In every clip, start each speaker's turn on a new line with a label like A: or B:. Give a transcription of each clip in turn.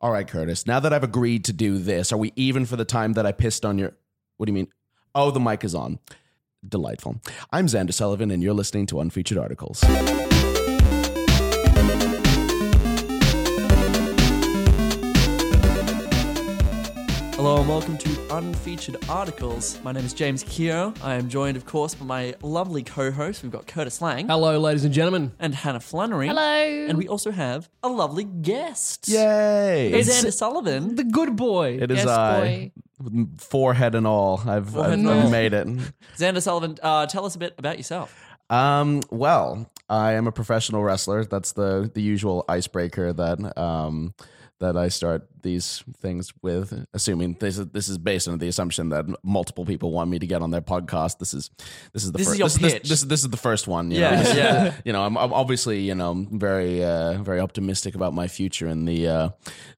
A: All right, Curtis. Now that I've agreed to do this, are we even for the time that I pissed on your. What do you mean? Oh, the mic is on. Delightful. I'm Xander Sullivan, and you're listening to Unfeatured Articles.
B: Hello and welcome to Unfeatured Articles. My name is James Keogh. I am joined, of course, by my lovely co-host. We've got Curtis Lang
C: Hello, ladies and gentlemen.
B: and Hannah Flannery.
D: Hello.
B: And we also have a lovely guest.
A: Yay!
B: It's Xander Sullivan.
C: The good boy.
A: It is
D: Yes,
A: I.
D: boy.
A: With Forehead and all. I've,
B: Forehead
A: I've,
B: and
A: I've
B: all.
A: made it.
B: Xander Sullivan, uh, tell us a bit about yourself.
A: Um, well, I am a professional wrestler. That's the, the usual icebreaker that um, that I start these things with, assuming this is, this is based on the assumption that multiple people want me to get on their podcast. This is this is the
B: This is
A: first
B: your
A: this, this-
B: pitch.
A: This, this is the first one. you
B: Yeah,
A: know. This is-
B: yeah.
A: you know, I'm, I'm obviously you know very uh, very optimistic about my future and the uh,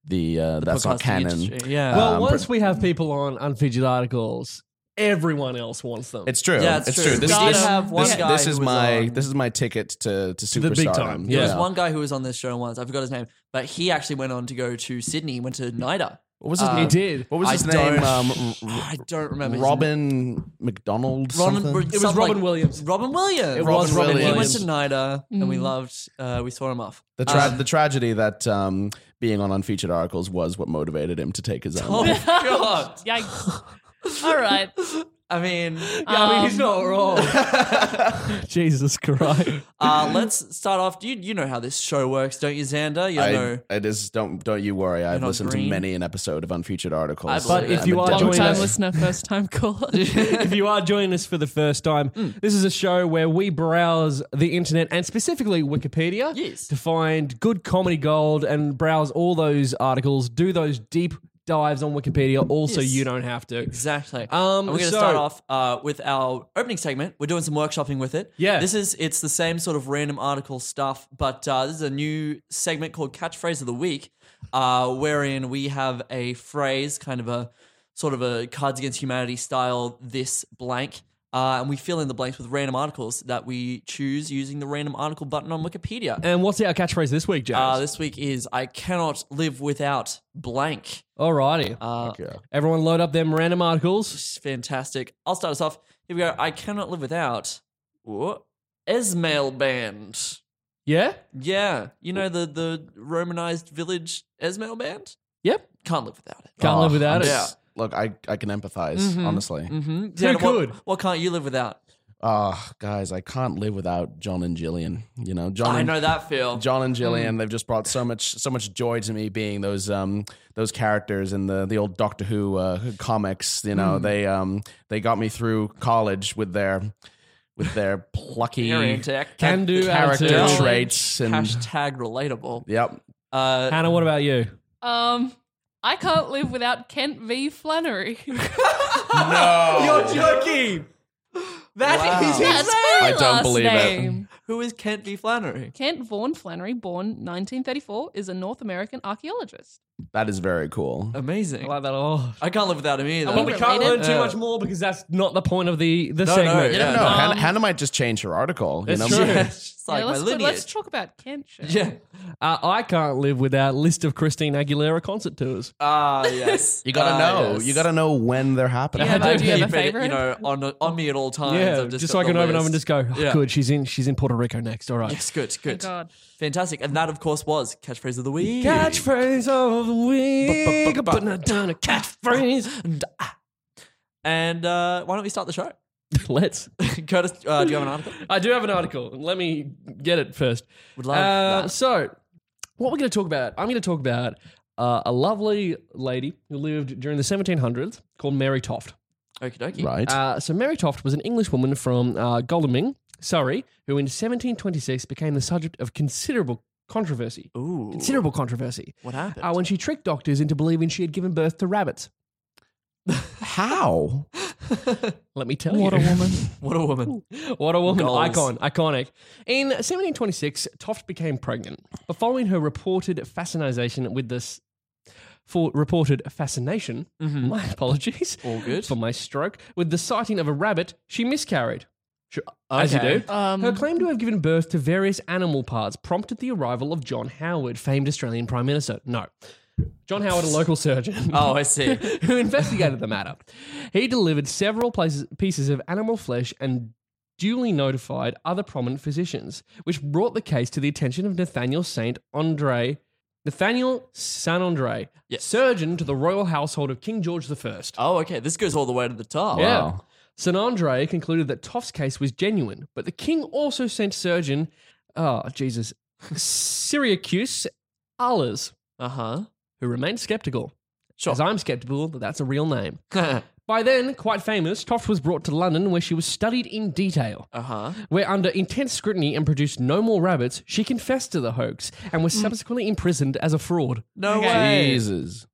A: the, uh, that's not
B: Podcasting
A: canon.
B: industry. Yeah.
C: well,
A: Um,
C: once we have people on unfeatured articles, everyone else wants them.
A: It's true.
B: Yeah, it's true.
A: This,
D: We
A: this,
D: did have one
A: this-
B: guy
A: this is
B: who was
A: my
B: on-
A: this is my ticket to to
C: the
A: superstardom.
C: big time.
A: you
C: Yeah.
B: There's
A: know.
B: one guy who was on this show once. I forgot his name, but he actually went on to go to Sydney. He went to NIDA.
A: What was his
B: Uh,
A: name?
C: it did.
A: What was
B: I
A: his name?
B: don't-
A: Um,
B: I don't remember. his name.
A: Robin McDonald. something?
B: Ron-
C: was
B: something
C: Robin Williams.
B: Robin Williams.
C: It was
A: Robin
B: He went
A: Williams.
B: to NIDA, and we
D: Mm.
B: loved. Uh, we saw him off.
A: the tra-
B: Um,
A: the tragedy that um, being on unfeatured articles was what motivated him to take his
B: Oh
A: own. life.
B: God!
D: Yikes. All right.
B: I mean,
C: Yeah, I mean, he's
D: Um,
C: not wrong. Jesus Christ.
B: Uh, let's start off. You you know how this show works, don't you, Xander? You know.
A: I, I just don't don't you worry. I've
B: not
A: listened
B: green.
A: to many an episode of unfeatured articles.
B: I believe But
C: if that.
A: I'm
C: you are
A: a
D: Long
C: joining
D: time
C: us-
D: listener, first time caller.
C: if you are joining us for the first time, this is a show where we browse the internet and specifically Wikipedia
B: Yes.
C: to find good comedy gold and browse all those articles, do those deep dives on Wikipedia, also
B: Yes.
C: you don't have to.
B: Exactly. And
C: Um,
B: we're going to
C: so-
B: start off uh, with our opening segment. We're doing some workshopping with it.
C: Yeah.
B: This is it's the same sort of random article stuff, but uh, this is a new segment called Catchphrase of the Week, uh, wherein we have a phrase, kind of a sort of a Cards Against Humanity style. This blank. Uh, and we fill in the blanks with random articles that we choose using the random article button on Wikipedia.
C: And what's our catchphrase this week, James?
B: Uh, this week is I cannot live without blank.
C: Alrighty.
B: Uh,
A: Okay.
C: Everyone load up them random articles.
B: It's fantastic. I'll start us off. Here we go. I cannot live without what? Esmail Band.
C: Yeah?
B: Yeah, you know the the Romanized village Esmail Band.
C: Yep.
B: Can't live without it.
C: Can't
A: Oh,
C: live
A: I'm
C: without it.
A: just- Look, I, I can empathize, honestly.
B: Mm-hmm.
C: good.
B: What, can't you live without?
A: Ah, guys, I can't live without John and Jillian. You know, John
B: I
A: and,
B: know that feel.
A: John and Jillian, they've just brought so much so much joy to me being those um those characters in the the old Doctor Who uh, comics, you know. They um they got me through college with their with their plucky
B: Very intact.
C: Can do
A: character
C: attitude.
A: traits and
B: Hashtag relatable.
A: yep.
B: Uh,
C: Hannah, what about you?
D: Um, I can't live without Kent V. Flannery.
A: No.
C: joking.
B: That is-
D: That's my
A: I don't
D: last
A: believe it.
D: name.
B: who is Kent B. Flannery?
D: Kent Vaughan Flannery, born 1934, is a North American archaeologist.
A: That is very cool.
C: I
B: Amazing.
C: like that a lot.
B: I can't live without him either.
C: Oh, But we can't learn
D: related?
C: too
B: Yeah.
C: much more because that's not the point of the, the
B: No, no, yeah.
C: segment.
A: You don't know.
B: Um,
A: Hannah, Hannah might just change her article. You
C: That's
A: know?
C: true.
B: Yeah, it's just like
D: Yeah,
B: my
D: let's,
B: lineage.
D: let's talk about Kent. shall we?
B: yeah.
C: Uh, I can't live without list of Christine Aguilera concert tours.
B: Ah, yes.
A: You gotta
B: Ah,
A: know.
B: yes.
A: You gotta know when they're happening.
D: Yeah,
B: I
D: but do you have a
B: keep it,
D: favourite?
B: you know, on, on me at all times.
C: yeah,
B: I've
C: just,
B: just,
C: so
B: got
C: I can
B: the
C: open up
B: list.
C: and just go. oh,
B: Yeah.
C: Good, Oh, she's in. She's in Puerto Rico next. All right.
B: Yes, good,
D: Thank
B: good.
D: God.
B: Fantastic. And that, of course, was catchphrase of the week.
C: Catchphrase of the week. But not done a catchphrase.
B: And, ah. And, uh, why don't we start the show?
C: Let's.
B: Curtis, uh, do you have an article?
C: I do have an article. Let me get it first.
B: Would love
C: Uh,
B: that.
C: So, what we're going to talk about? I'm going to talk about uh, a lovely lady who lived during the 1700s called Mary Toft.
B: Okie dokie.
A: Right.
C: Uh, so Mary Toft was an English woman from uh, Godalming, Surrey, who in 1726 became the subject of considerable controversy,
B: Ooh.
C: considerable controversy,
B: What happened?
C: uh, when she tricked doctors into believing she had given birth to rabbits.
A: How?
C: Let me tell
D: What
C: you.
D: a woman.
B: what a woman.
C: What a woman.
B: Goals.
C: Icon. Iconic. In 1726, Toft became pregnant. But following her reported fascination with this, for reported fascination, my apologies
B: Mm-hmm. All good.
C: for my stroke, with the sighting of a rabbit, she miscarried. Sure, As you
B: Okay.
C: do.
D: Um,
C: her claim to have given birth to various animal parts prompted the arrival of John Howard, famed Australian Prime Minister. No. John Howard, a local surgeon
B: Oh, I see.
C: who investigated the matter. He delivered several places, pieces of animal flesh and duly notified other prominent physicians, which brought the case to the attention of Nathaniel Saint Andre, Nathaniel Saint Andre,
B: Yes.
C: surgeon to the royal household of King George I.
B: Oh, okay. This goes all the way to the top.
C: Yeah.
A: Wow.
C: Saint Andre concluded that Toff's case was genuine, but the king also sent surgeon, oh Jesus, Syracuse Allers,
B: Uh huh.
C: who remained skeptical.
B: Sure.
C: As I'm skeptical that that's a real name.
B: Uh-huh.
C: By then, quite famous, Toft was brought to London where she was studied in detail.
B: uh huh.
C: Where, under intense scrutiny and produced no more rabbits, she confessed to the hoax and was subsequently imprisoned as a fraud.
B: Mm. No
D: Okay.
B: way.
A: Jesus.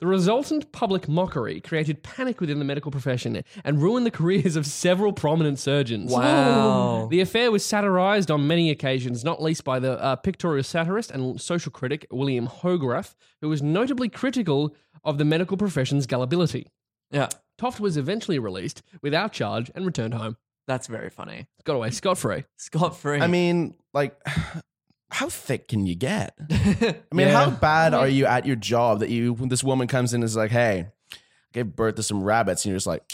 C: The resultant public mockery created panic within the medical profession and ruined the careers of several prominent surgeons.
B: Wow.
C: The affair was satirized on many occasions, not least by the uh, pictorial satirist and social critic William Hogarth, who was notably critical of the medical profession's gullibility.
B: yeah.
C: Toft was eventually released without charge and returned home.
B: That's very funny.
C: Got away scot free.
B: Scott free.
A: I mean, like, how thick can you get?
B: mean,
A: I mean,
C: Yeah.
A: how bad are you at your job that you, when this woman comes in and is like, hey, I gave birth to some rabbits, and you're just like,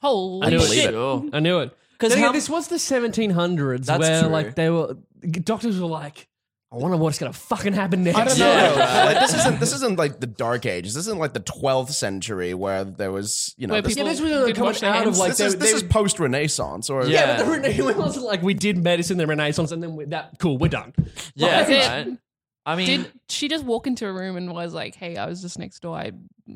D: Holy
C: I knew it.
D: shit.
C: I knew it.
B: 'Cause
C: Then
B: how-
C: again, this was the 1700s
B: That's
C: where
B: true.
C: like they were doctors were like, I wonder what's gonna fucking happen next.
A: I don't know.
B: Yeah, right.
A: like, this isn't this isn't like the Dark Ages. This isn't like the 12th century where there was you know
D: Where
A: this,
D: people
C: Yeah, this was
D: didn't
C: coming
D: watch their
C: out of
D: hands.
C: like
A: this
C: they,
A: is this
C: they-
A: is post Renaissance or
B: Yeah.
C: yeah, but the Renaissance like we did medicine, the Renaissance, and then we, that cool, we're done.
B: yeah.
D: Like-
B: right. I mean,
D: Did she just walk into a room and was like, "Hey, I was just next door. I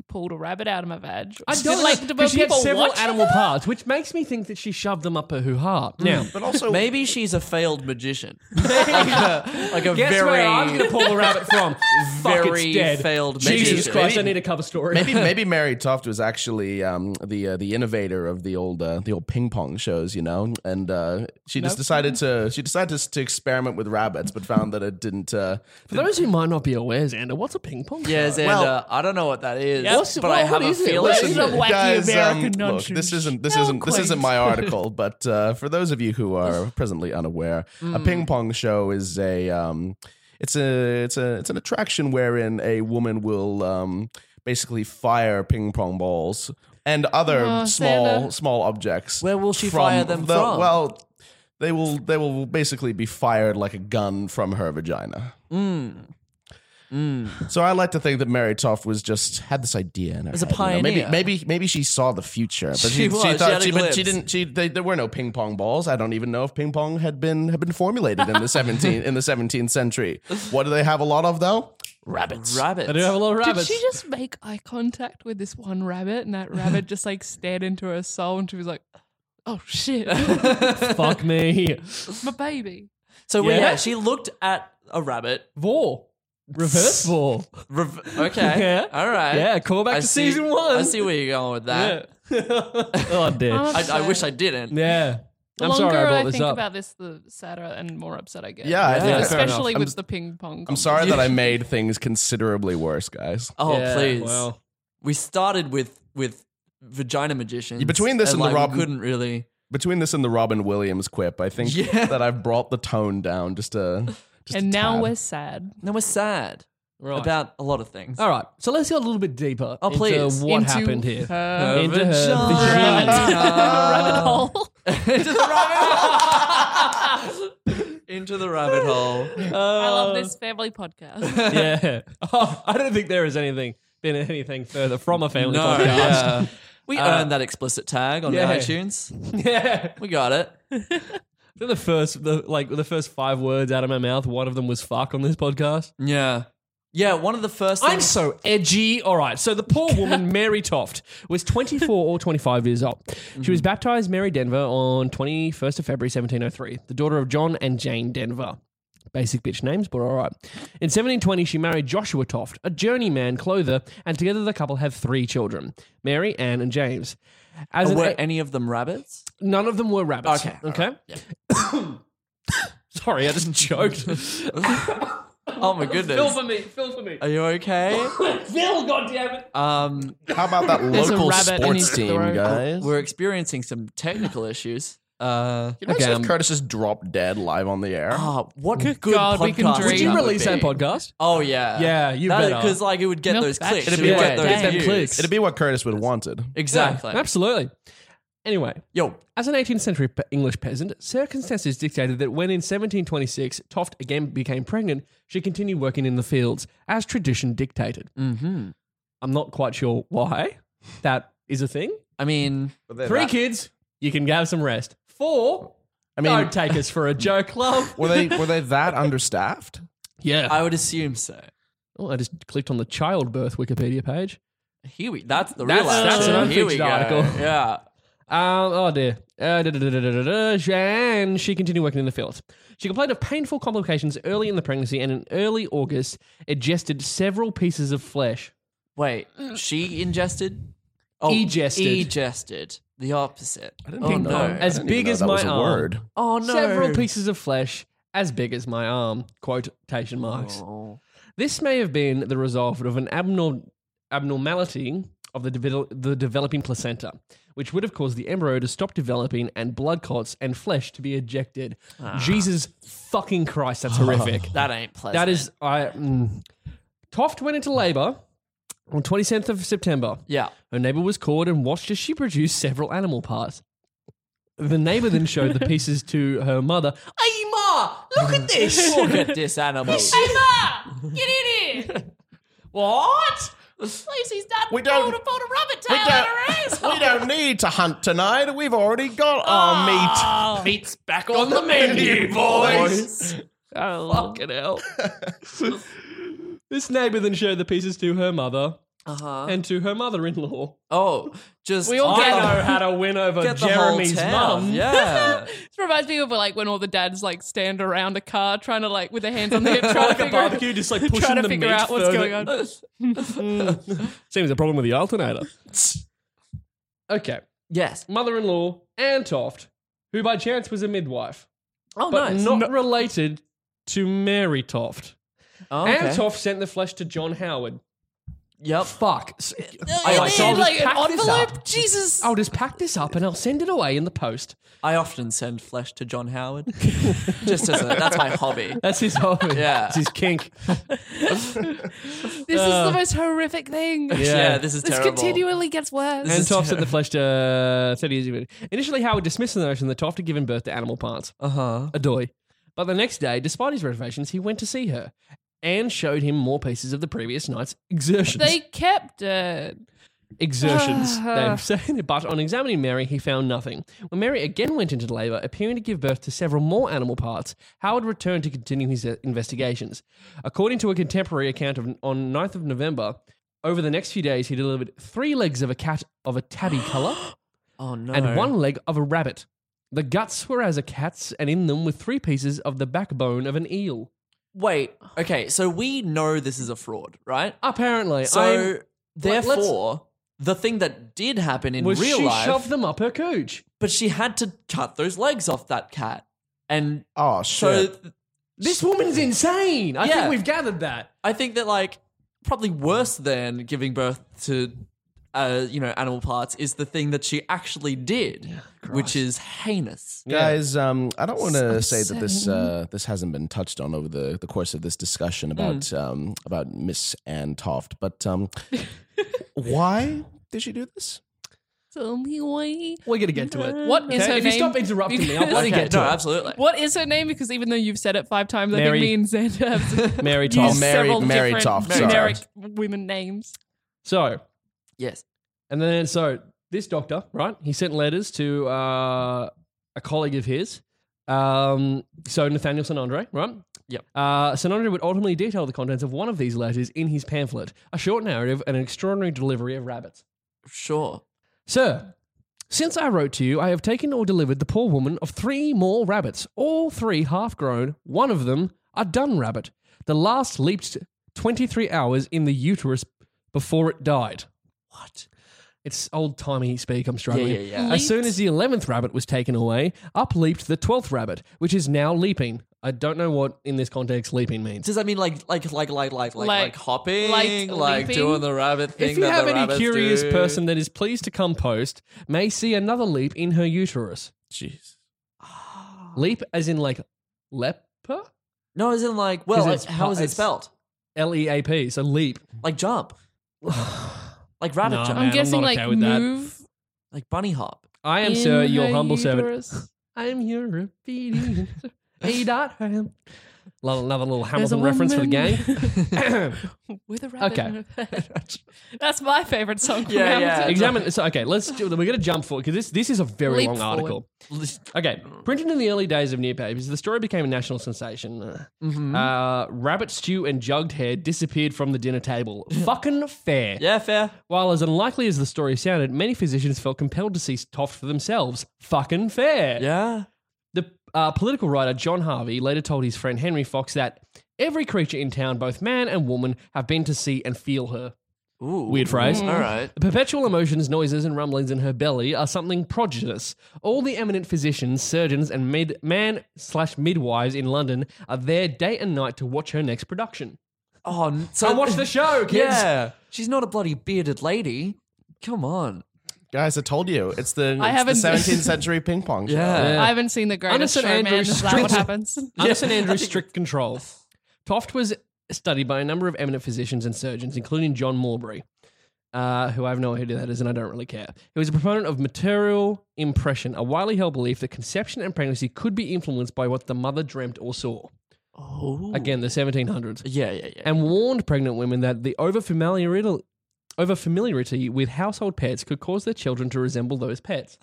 D: pulled a rabbit out of my vag."
C: I don't
D: Did,
C: like
D: did
C: because she had
D: people
C: several
D: watch
C: animal
D: her?
C: parts, which makes me think that she shoved them up her heart. Now,
A: But also,
B: maybe she's a failed magician. like a, like a
C: guess
B: very.
C: where I'm going to pull the rabbit from? Fuck,
B: Very
C: it's dead.
B: failed
C: Jesus
B: magician.
C: Christ! I
A: Maybe-
C: need a cover story.
A: maybe maybe Mary Toft was actually um, the uh, the innovator of the old uh, the old ping pong shows, you know, and uh, she just decided to she decided to, to experiment with rabbits, but found that it didn't. Uh,
C: For those who might not be aware, Xander, what's a ping pong?
B: yeah, Xander.
A: Well-
B: uh, I don't know what that is,
C: What's-
B: but
C: well,
B: I have
C: what
B: a
C: is it?
B: feeling.
C: What is it?
D: wacky American
A: um, look,
D: nonsense.
A: this isn't this
D: How
A: isn't this isn't
D: quaint.
A: my article, but uh, for those of you who are presently unaware, a
B: Hmm.
A: ping pong show is a um, it's a it's a it's an attraction wherein a woman will um, basically fire ping pong balls and other
D: Oh,
A: small
D: Santa.
A: small objects.
B: Where will she fire them
A: the-
B: from?
A: Well, they will they will basically be fired like a gun from her vagina. So I like to think that Mary Toff was just had this idea in her
B: Was a
A: head, you know. Maybe
B: pioneer.
A: maybe maybe she saw the future, but she,
B: She was. She had a
A: she, but
B: glimpse.
A: she didn't. She they, there were no ping pong balls. I don't even know if ping pong had been had been formulated in the seventeen in the seventeenth century. What do they have a lot of though? Rabbits.
B: Rabbits.
C: I do have a lot of
D: Did
C: rabbits.
D: she just make eye contact with this one rabbit, and that rabbit just like stared into her soul, and she was like, "Oh shit,
C: Fuck me.
D: my baby."
B: So yeah.
C: Yeah.
B: yeah, she looked at a rabbit.
C: Vor. Reverse vor.
B: Rev- okay.
C: Yeah.
B: All right.
C: Yeah, call back
B: I
C: to
B: see-
C: season one.
B: I see where you're going with that.
C: Yeah. oh, dear.
D: I'm
B: I, I
D: upset.
B: wish I didn't.
C: Yeah.
D: The
C: I'm
D: longer
C: sorry I brought
D: I
C: this
D: think
C: up.
D: about this, the sadder and more upset I get.
A: Yeah, I think
B: Yeah,
A: that-
B: fair enough.
D: especially
A: I'm-
D: with the ping pong.
A: I'm sorry that I made things considerably worse, guys.
B: Oh
C: Yeah,
B: please.
C: Well,
B: We started with with vagina magicians.
A: Between this and the
B: like, we
A: Robin-
B: couldn't really.
A: Between this and the Robin Williams quip, I think
B: Yeah.
A: that I've brought the tone down just a. Just
D: And
A: a
D: now
A: tad.
D: we're sad.
B: No, we're sad
C: right.
B: about a lot of things.
C: All right. So let's go a little bit deeper
B: Oh, please.
C: into what
D: Into
C: happened here.
D: her
C: into her
B: vagina.
D: rabbit hole.
B: into the rabbit hole. Uh, into the rabbit hole.
D: I love
C: Uh.
D: this family podcast.
C: yeah. Oh, I don't think there is anything been anything further from a family
B: No,
C: podcast.
B: yeah. we
C: Uh,
B: earned that explicit tag on
C: yeah.
B: iTunes.
C: Yeah.
B: We got it.
C: Then the first, the, like the first five words out of my mouth, one of them was "fuck" on this podcast.
B: Yeah, yeah. One of the first.
C: I'm
B: things-
C: so edgy. All right. So the poor woman, Mary Toft, was 24 or 25 years old. She was oh baptized Mary Denver on 21st of February 1703, the daughter of John and Jane Denver. Basic bitch names, but all right. In 1720, she married Joshua Toft, a journeyman clother, and together the couple had three children Mary, Anne, and James. As an-
B: Were any of them rabbits?
C: none of them were rabbits.
B: Okay, all
C: Okay. Sorry, I just joked.
B: Oh my
C: Fill
B: goodness.
C: for me. Fill for me.
B: Are you okay?
C: Phil, goddammit.
B: Um,
A: How about that
D: There's a
A: local
D: rabbit in
A: sports
D: his
A: team,
D: throat.
A: guys?
B: we're experiencing some technical issues. Uh,
A: Can you imagine
C: Okay,
A: if Curtis just dropped dead live on the air?
B: oh, what good
D: God,
B: podcast
D: we can dream.
C: Would you
D: That would
C: release that podcast?
B: Oh yeah,
C: Yeah, you better.
B: Because like it would get
D: Milk
B: those
D: that
B: clicks.
D: shit.
B: It
D: It'd
B: would
D: be
B: get
D: what-
B: those
D: get them
B: views.
C: clicks.
A: It'd be what Curtis would have wanted.
B: Exactly.
C: Yeah, absolutely. Anyway,
B: Yo,
C: As an 18th century pe- English peasant, circumstances dictated that when in 1726 Toft again became pregnant, she continued working in the fields, as tradition dictated.
B: hmm
C: I'm not quite sure why that is a thing.
B: I mean,
C: Three kids, you can have some rest. Four,
A: I mean,
C: don't take us for a joke, love.
A: were they were they that understaffed?
C: Yeah.
B: I would assume so.
C: oh, I just clicked on the childbirth Wikipedia page.
B: Here we. That's the
C: That's-
B: real.
C: that's
B: answer.
C: an
B: Here we
C: unfiction
B: go.
C: article.
B: Yeah.
C: Um, oh dear. Uh, da, da, da, da, da, da, da. Jeanne, she continued working in the fields. She complained of painful complications early in the pregnancy, and in early August, ingested several pieces of flesh.
B: Wait, she ingested. Oh,
C: Egested.
B: Egested. The opposite. I oh,
A: even
B: no.
A: know- I
C: As
A: didn't even
C: big
A: know
C: as
A: that
C: my
A: was a
C: arm.
A: word.
B: Oh no.
C: Several pieces of flesh as big as my arm. Quotation marks.
B: Oh.
C: This may have been the result of an abnorm- abnormality of the, devel- the developing placenta, which would have caused the embryo to stop developing and blood clots and flesh to be ejected.
B: Ah.
C: Jesus fucking Christ, that's horrific.
B: That ain't pleasant.
C: That is, I. Mm. Toft went into labour on 27th of September.
B: Yeah.
C: Her neighbour was called and watched as she produced several animal parts. The neighbour then showed the pieces to her mother. Hey, ma, Ah, look at this.
B: Look at this animal.
C: what?
A: We don't. we, don't we don't need to hunt tonight. We've already got
C: Ah.
A: our meat.
D: Oh,
B: Meat's back on the menu,
A: boys.
C: Oh, fucking hell. this neighbour then showed the pieces to her mother
B: Uh huh.
C: and to her mother-in-law.
B: Oh, just
D: We all
C: I
D: Get
C: know how to win over
B: get the whole
C: Jeremy's
B: town.
C: mum.
B: Yeah.
D: This reminds me of like when all the dads like stand around a car trying to like with their hands on the hip trying
C: like a
D: to figure out-
C: barbecue, just like
D: trying
C: pushing
D: to
C: the
D: figure
C: meat
D: out what's
C: further-
D: going on.
C: Seems a problem with the alternator. okay.
B: yes.
C: Mother in law, Anne Toft, who by chance was a midwife,
B: Oh,
C: but
B: nice.
C: not related to Mary Toft.
B: oh,
C: Anne
B: okay.
C: Toft sent the flesh to John Howard.
B: Yep.
C: Fuck. S-
D: I
C: All
B: like
C: right, so I'll
D: need,
C: just
D: like an
C: pack this
D: envelope.
C: up.
D: Jesus.
C: I'll just pack this up and I'll send it away in the post.
B: I often send flesh to John Howard. Just as a, that's my hobby.
C: That's his hobby.
B: Yeah.
C: It's his kink.
D: This is the most horrific thing.
B: Yeah, this is
D: This
B: terrible.
D: continually gets worse.
C: And Toft sent the flesh to uh, 30 years ago. Initially, Howard dismissed the notion that Toft had given birth to animal parts.
B: Uh huh.
C: Adoy. But the next day, despite his reservations, he went to see her. Anne showed him more pieces of the previous night's exertions.
D: they kept it.
C: exertions, they've said. But on examining Mary, he found nothing. When Mary again went into labour, appearing to give birth to several more animal parts, Howard returned to continue his uh, investigations. According to a contemporary account of, on 9th of November, over the next few days, he delivered three legs of a cat of a tabby colour
B: Oh no.
C: and one leg of a rabbit. The guts were as a cat's, and in them were three pieces of the backbone of an eel.
B: Wait. Okay. So we know this is a fraud, right?
C: Apparently,
B: So
C: I'm- let's-
B: therefore, the thing that did happen in
C: was
B: real
C: she
B: life,
C: shoved them up her cooch.
B: but she had to cut those legs off that cat, and
A: Oh
B: so
A: shit!
C: This woman's insane. I
B: Yeah.
C: think we've gathered that.
B: I think that like probably worse than giving birth to uh, you know animal parts is the thing that she actually did, which is heinous.
A: Guys, um, I don't want to say that this
D: upsetting.
A: uh, this hasn't been touched on over the, the course of this discussion
C: Hmm.
A: about um, about Miss Anne Toft, but um, why did she do this?
D: Tell me why.
C: We're gonna get to it.
D: What is
C: Okay,
D: her
C: if
D: name?
C: you stop interrupting me, I'll
D: Because-
C: bloody
B: Okay,
C: get
B: no,
C: to
B: absolutely.
D: What is her name? Because even though you've said it five times,
C: Mary-
D: I think me and Xander have
C: it. Mary
D: used
A: Mary-
D: several
A: Mary
D: different
A: Toft,
B: sorry.
D: generic women names.
C: So,
B: Yes.
C: and then so this doctor, right? He sent letters to uh, a colleague of his. Um, so Nathaniel Sanandre, right?
B: Yep.
C: Uh, Sanandre would ultimately detail the contents of one of these letters in his pamphlet, a short narrative and an extraordinary delivery of rabbits.
B: Sure.
C: Sir, since I wrote to you, I have taken or delivered the poor woman of three more rabbits, all three half grown, one of them A dun rabbit. The last leaped 23 hours in the uterus before it died. What? It's old timey speak, I'm struggling.
B: Yeah, yeah, yeah.
C: As soon as the 11th rabbit was taken away, up leaped the 12th rabbit, which is now leaping. I don't know what in this context leaping means.
B: Does that mean like like like like like like, like
D: Like-
B: hopping, like,
D: like leaping?
B: doing the rabbit thing?
C: If you
B: that
C: have
B: the
C: any
B: rabbits
C: curious
B: do?
C: person that is pleased to come post, may see another leap in her uterus.
A: Jeez.
C: Leap as in like leper?
B: no, as in like, well,
C: 'Cause
B: like,
C: it's
B: how
C: pu-
B: is it
C: it's-
B: spelled?
C: L E A P, so leap.
B: Like jump, like rabbit
C: No,
B: jump,
C: man,
D: I'm
C: I'm
D: guessing
C: not
D: like
C: okay with that.
D: move.
B: like bunny hop.
C: I am, sir,
D: in
C: your
D: her
C: humble servant.
D: uterus.
C: I'm your obedient. A dot ham. Lo- Another little
D: There's a
C: Hamilton reference for the gang.
D: woman With a rabbit.
C: Okay.
D: in her head. That's my favorite song. from
B: Yeah, yeah.
D: Hamilton.
C: Examine. So, okay, let's. do- We're going to jump forward because this this is a very
D: Leap
C: long
D: forward.
C: article. Okay, printed in the early days of newspapers, the story became a national sensation.
B: Mm-hmm.
D: Mm-hmm.
C: Uh, rabbit stew and jugged hare disappeared from the dinner table. Fucking fair.
B: Yeah, fair.
C: While as unlikely as the story sounded, many physicians felt compelled to see Toft for themselves. Fucking fair.
B: Yeah,
C: The uh, political writer John Harvey later told his friend Henry Fox that every creature in town, both man and woman, have been to see and feel her.
B: Ooh.
C: Weird phrase.
B: All right.
C: The perpetual emotions, noises, and rumblings in her belly are something prodigious. All the eminent physicians, surgeons, and mid- man slash midwives in London are there day and night to watch her next production.
B: Oh, n- so
C: Come watch the show, kids.
B: Yeah, she's not a bloody bearded lady. Come on.
A: Guys, I told you. It's the,
D: I
A: it's
D: haven't-
A: the 17th century ping pong. show.
B: Yeah.
D: I haven't seen the greatest
C: Anderson
D: showman.
C: Andrews
D: Is that what
C: Strings-
D: happens?
C: Anderson Andrews' strict control. Toft was studied by a number of eminent physicians and surgeons, including John Morbury, uh, who I have no idea who that is and I don't really care. He was a proponent of material impression, a widely held belief that conception and pregnancy could be influenced by what the mother dreamt or saw.
B: Oh.
C: Again, the 1700s.
B: Yeah, yeah, yeah.
C: And warned pregnant women that the overfamiliarity, overfamiliarity with household pets could cause their children to resemble those pets.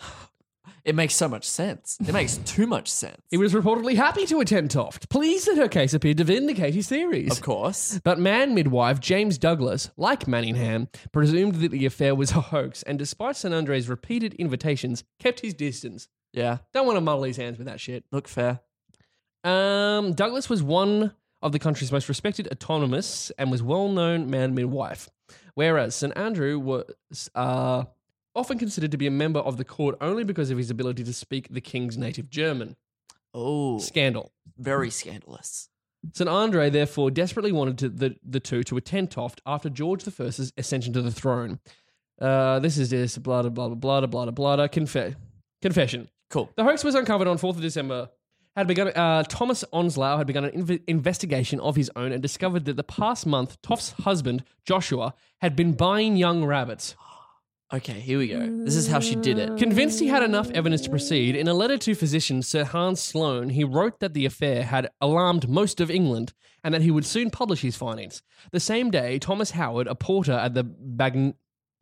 B: It makes so much sense. It makes too much sense.
C: He was reportedly happy to attend Toft, pleased that her case appeared to vindicate his theories.
B: Of course.
C: But man midwife James Douglas, like Manningham, presumed that the affair was a hoax and despite San Andre's repeated invitations, kept his distance.
B: Yeah.
C: Don't want to muddle his hands with that shit.
B: Look fair.
C: Um, Douglas was one of the country's most respected autonomists and was well-known man midwife, whereas St. Andrew was uh, often considered to be a member of the court only because of his ability to speak the king's native German.
B: Oh,
C: Scandal.
B: very scandalous.
C: St. Andre therefore desperately wanted to, the, the two to attend Toft after George I's ascension to the throne. Uh, this is this, blah, blah, blah, blah, blah, blah, blah, blah, confe- confession.
B: Cool.
C: The hoax was uncovered on 4th of December. Had begun, uh, Thomas Onslow had begun an inv- investigation of his own and discovered that the past month, Toft's husband, Joshua, had been buying young rabbits.
B: Okay, here we go. This is how she did it.
C: Convinced he had enough evidence to proceed, in a letter to physician Sir Hans Sloane, he wrote that the affair had alarmed most of England and that he would soon publish his findings. The same day, Thomas Howard, a porter at the Bagn-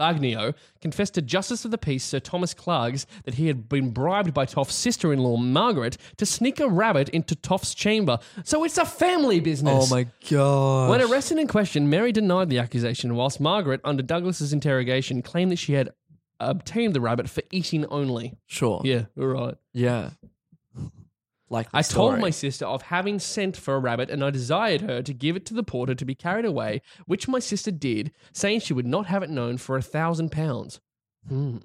C: Bagnio, confessed to Justice of the Peace Sir Thomas Clarges that he had been bribed by Toft's sister in law, Margaret, to sneak a rabbit into Toft's chamber. So it's a family business.
B: Oh god.
C: When arrested and questioned, Mary denied the accusation, whilst Margaret, under Douglas's interrogation, claimed that she had obtained the rabbit for eating only.
B: Sure.
C: Yeah, all right.
B: Yeah. Like the
C: I
B: story.
C: told my sister of having sent for a rabbit, and I desired her to give it to the porter to be carried away, which my sister did, saying she would not have it known for a thousand pounds. Hmm.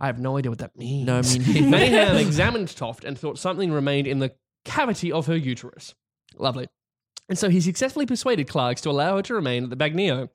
C: I have no idea what that means.
B: No, me neither.
C: Manningham examined Toft and thought something remained in the cavity of her uterus. Lovely. And so he successfully persuaded Clarks to allow her to remain at the Bagnio.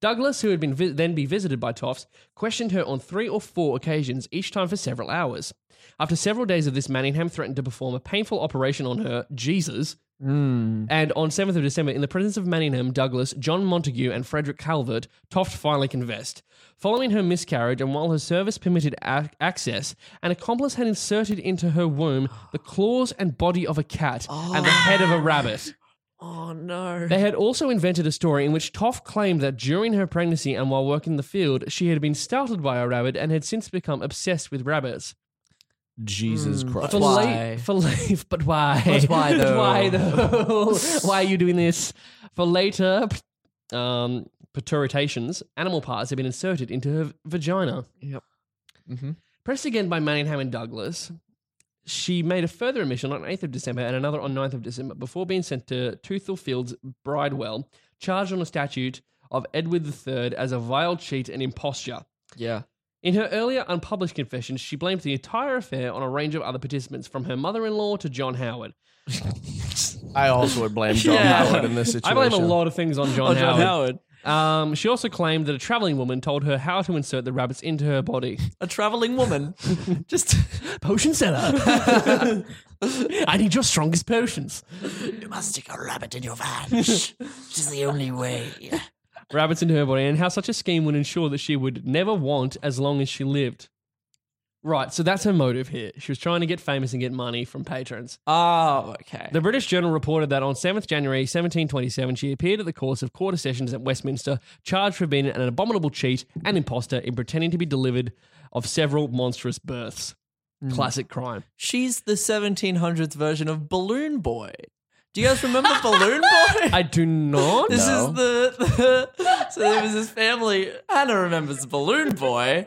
C: Douglas, who had been vi- then be visited by Tofts, questioned her on three or four occasions, each time for several hours. After several days of this, Manningham threatened to perform a painful operation on her, Jesus. And on 7th of December, in the presence of Manningham, Douglas, John Montague, and Frederick Calvert, Toft finally confessed. Following her miscarriage, and while her service permitted ac- access, an accomplice had inserted into her womb the claws and body of a cat and the head of a rabbit.
B: Oh no.
C: They had also invented a story in which Toff claimed that during her pregnancy and while working the field, she had been startled by a rabbit and had since become obsessed with rabbits.
A: Jesus Christ.
C: For
B: Why?
C: late, for late, but why?
B: But why
C: But
B: though?
C: why though? why are you doing this? For later, p- um, perturbations, animal parts had been inserted into her vagina.
B: Yep. Mhm.
C: Pressed again by Manningham and Douglas, She made a further emission on 8th of December and another on 9th of December before being sent to Toothall Fields, Bridewell, charged on a statute of Edward III as a vile cheat and imposture.
B: Yeah.
C: In her earlier unpublished confession, she blamed the entire affair on a range of other participants, from her mother in law to John Howard.
A: I also would blame John
B: Yeah.
A: Howard in this situation.
C: I blame a lot of things on John
B: Oh, John Howard.
C: Howard. Um, she also claimed that a traveling woman told her how to insert the rabbits into her body.
B: A traveling woman. Just
C: Potion seller. I need your strongest potions.
B: you must stick a rabbit in your van. Which is the only way.
C: Rabbits into her body, and how such a scheme would ensure that she would never want as long as she lived. Right, so that's her motive here. She was trying to get famous and get money from patrons.
B: Oh, okay.
C: The British Journal reported that on 7th January 1727, she appeared at the course of quarter sessions at Westminster, charged for being an abominable cheat and imposter in pretending to be delivered of several monstrous births.
B: Hmm.
C: Classic crime.
B: She's the 1700s version of Balloon Boy. Do you guys remember Balloon Boy?
C: I do not.
B: This
A: No.
B: is the, the- so there was this family. Hannah remembers Balloon Boy.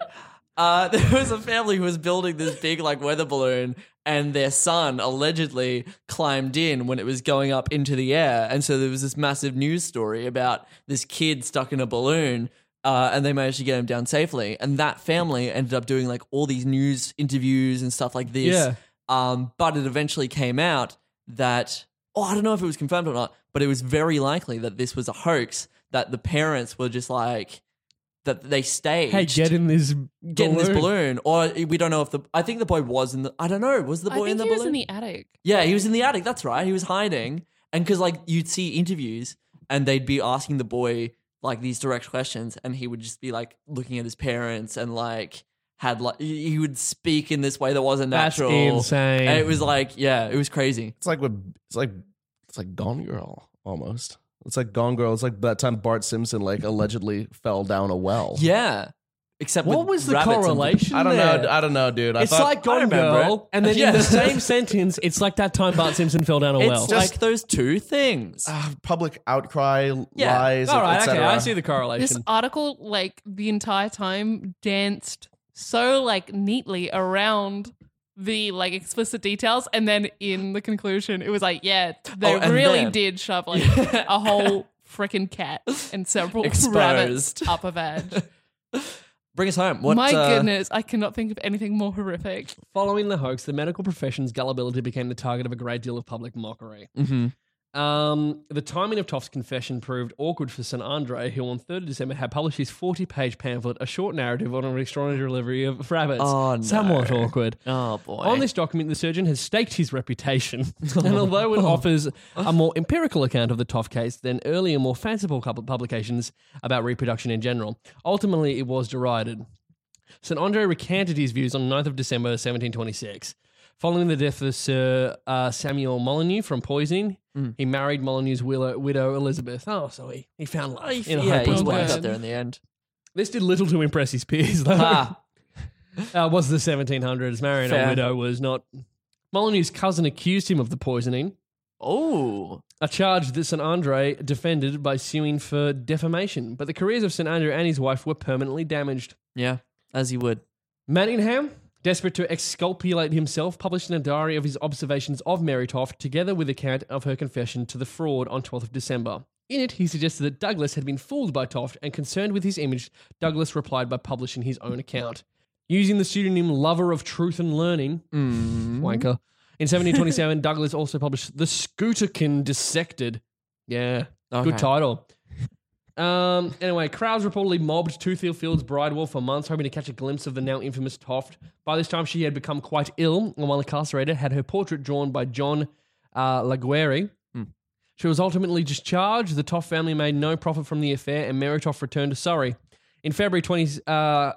B: Uh, there was a family who was building this big like weather balloon, and their son allegedly climbed in when it was going up into the air, and so there was this massive news story about this kid stuck in a balloon. Uh, and they managed to get him down safely, and that family ended up doing like all these news interviews and stuff like this.
C: Yeah.
B: Um, but it eventually came out that, oh, I don't know if it was confirmed or not, but it was very likely that this was a hoax, that the parents were just like, that they staged.
C: hey, get in this
B: get in this balloon. Or we don't know if the, I think the boy was in the, I don't know, was the
D: I
B: boy
D: think
B: in the
D: he
B: balloon?
D: was in the attic.
B: yeah, he was in the attic. That's right. He was hiding. And because like you'd see interviews and they'd be asking the boy like these direct questions and he would just be like looking at his parents and like, had like he he would speak in this way that wasn't
C: That's
B: natural.
C: insane.
B: And it was like, yeah, it was crazy.
A: It's like with it's like it's like Gone Girl almost. It's like Gone Girl. It's like that time Bart Simpson like allegedly fell down a well.
B: Yeah. Except
C: what
B: with
C: was the
B: rabbits and-
C: correlation?
A: I don't
C: there?
A: know. I don't know, dude. I
C: it's
A: thought,
C: like Gone
B: remember
C: Girl,
B: it.
C: and then
B: Yeah.
C: in the same sentence, it's like that time Bart Simpson fell down a
B: It's
C: well.
B: just like those two things.
A: uh, public outcry,
B: Yeah.
A: lies,
C: all right, okay,
A: etc.
C: I see the correlation.
D: This article, like the entire time, danced so like neatly around the like explicit details, and then in the conclusion, it was like, yeah, they
B: Oh, and
D: really
B: then-
D: did shove like a whole freaking cat and several rabbits
B: Exposed.
D: up a vag.
B: Bring us home. What,
D: My
B: uh,
D: goodness, I cannot think of anything more horrific.
C: Following the hoax, the medical profession's gullibility became the target of a great deal of public mockery.
B: Mhm.
C: Um, the timing of Toff's confession proved awkward for St. Andre, who on 3rd December had published his 40 page pamphlet, A Short Narrative on an Extraordinary Delivery of Rabbits.
B: Oh, no.
C: Somewhat awkward.
B: Oh boy.
C: On this document, the surgeon has staked his reputation, and although it offers a more empirical account of the Toff case than earlier, more fanciful couple- publications about reproduction in general, ultimately it was derided. St. Andre recanted his views on 9th of December 1726. Following the death of Sir uh, Samuel Molyneux from poisoning,
B: Mm.
C: he married Molyneux's willow, widow Elizabeth. Oh, so he, he found life. in a
B: yeah,
C: hopeless
B: he's
D: hopeless
B: worked
D: way.
B: up there in the end.
C: this did little to impress his peers, though.
B: Ah.
C: uh, was the 1700s. Marrying
B: Fair.
C: a widow was not. Molyneux's cousin accused him of the poisoning,
B: Oh.
C: a charge that St. Andre defended by suing for defamation. But the careers of St. Andre and his wife were permanently damaged.
B: Yeah, as you would.
C: Manningham, desperate to exculpate himself, published in a diary of his observations of Mary Toft, together with account of her confession to the fraud on 12th of December. In it, he suggested that Douglas had been fooled by Toft, and concerned with his image, Douglas replied by publishing his own account. Using the pseudonym Lover of Truth and Learning,
B: Mm.
C: wanker, in 1727, Douglas also published The Scooterkin Dissected. Yeah,
B: Okay.
C: good title. Um, anyway, crowds reportedly mobbed Toothfield Fields Bridewell for months, hoping to catch a glimpse of the now infamous Toft. By this time, she had become quite ill, and while incarcerated, had her portrait drawn by John uh, Laguerre. She was ultimately discharged. The Toff family made no profit from the affair, and Mary Toff returned to Surrey. In February 20, uh,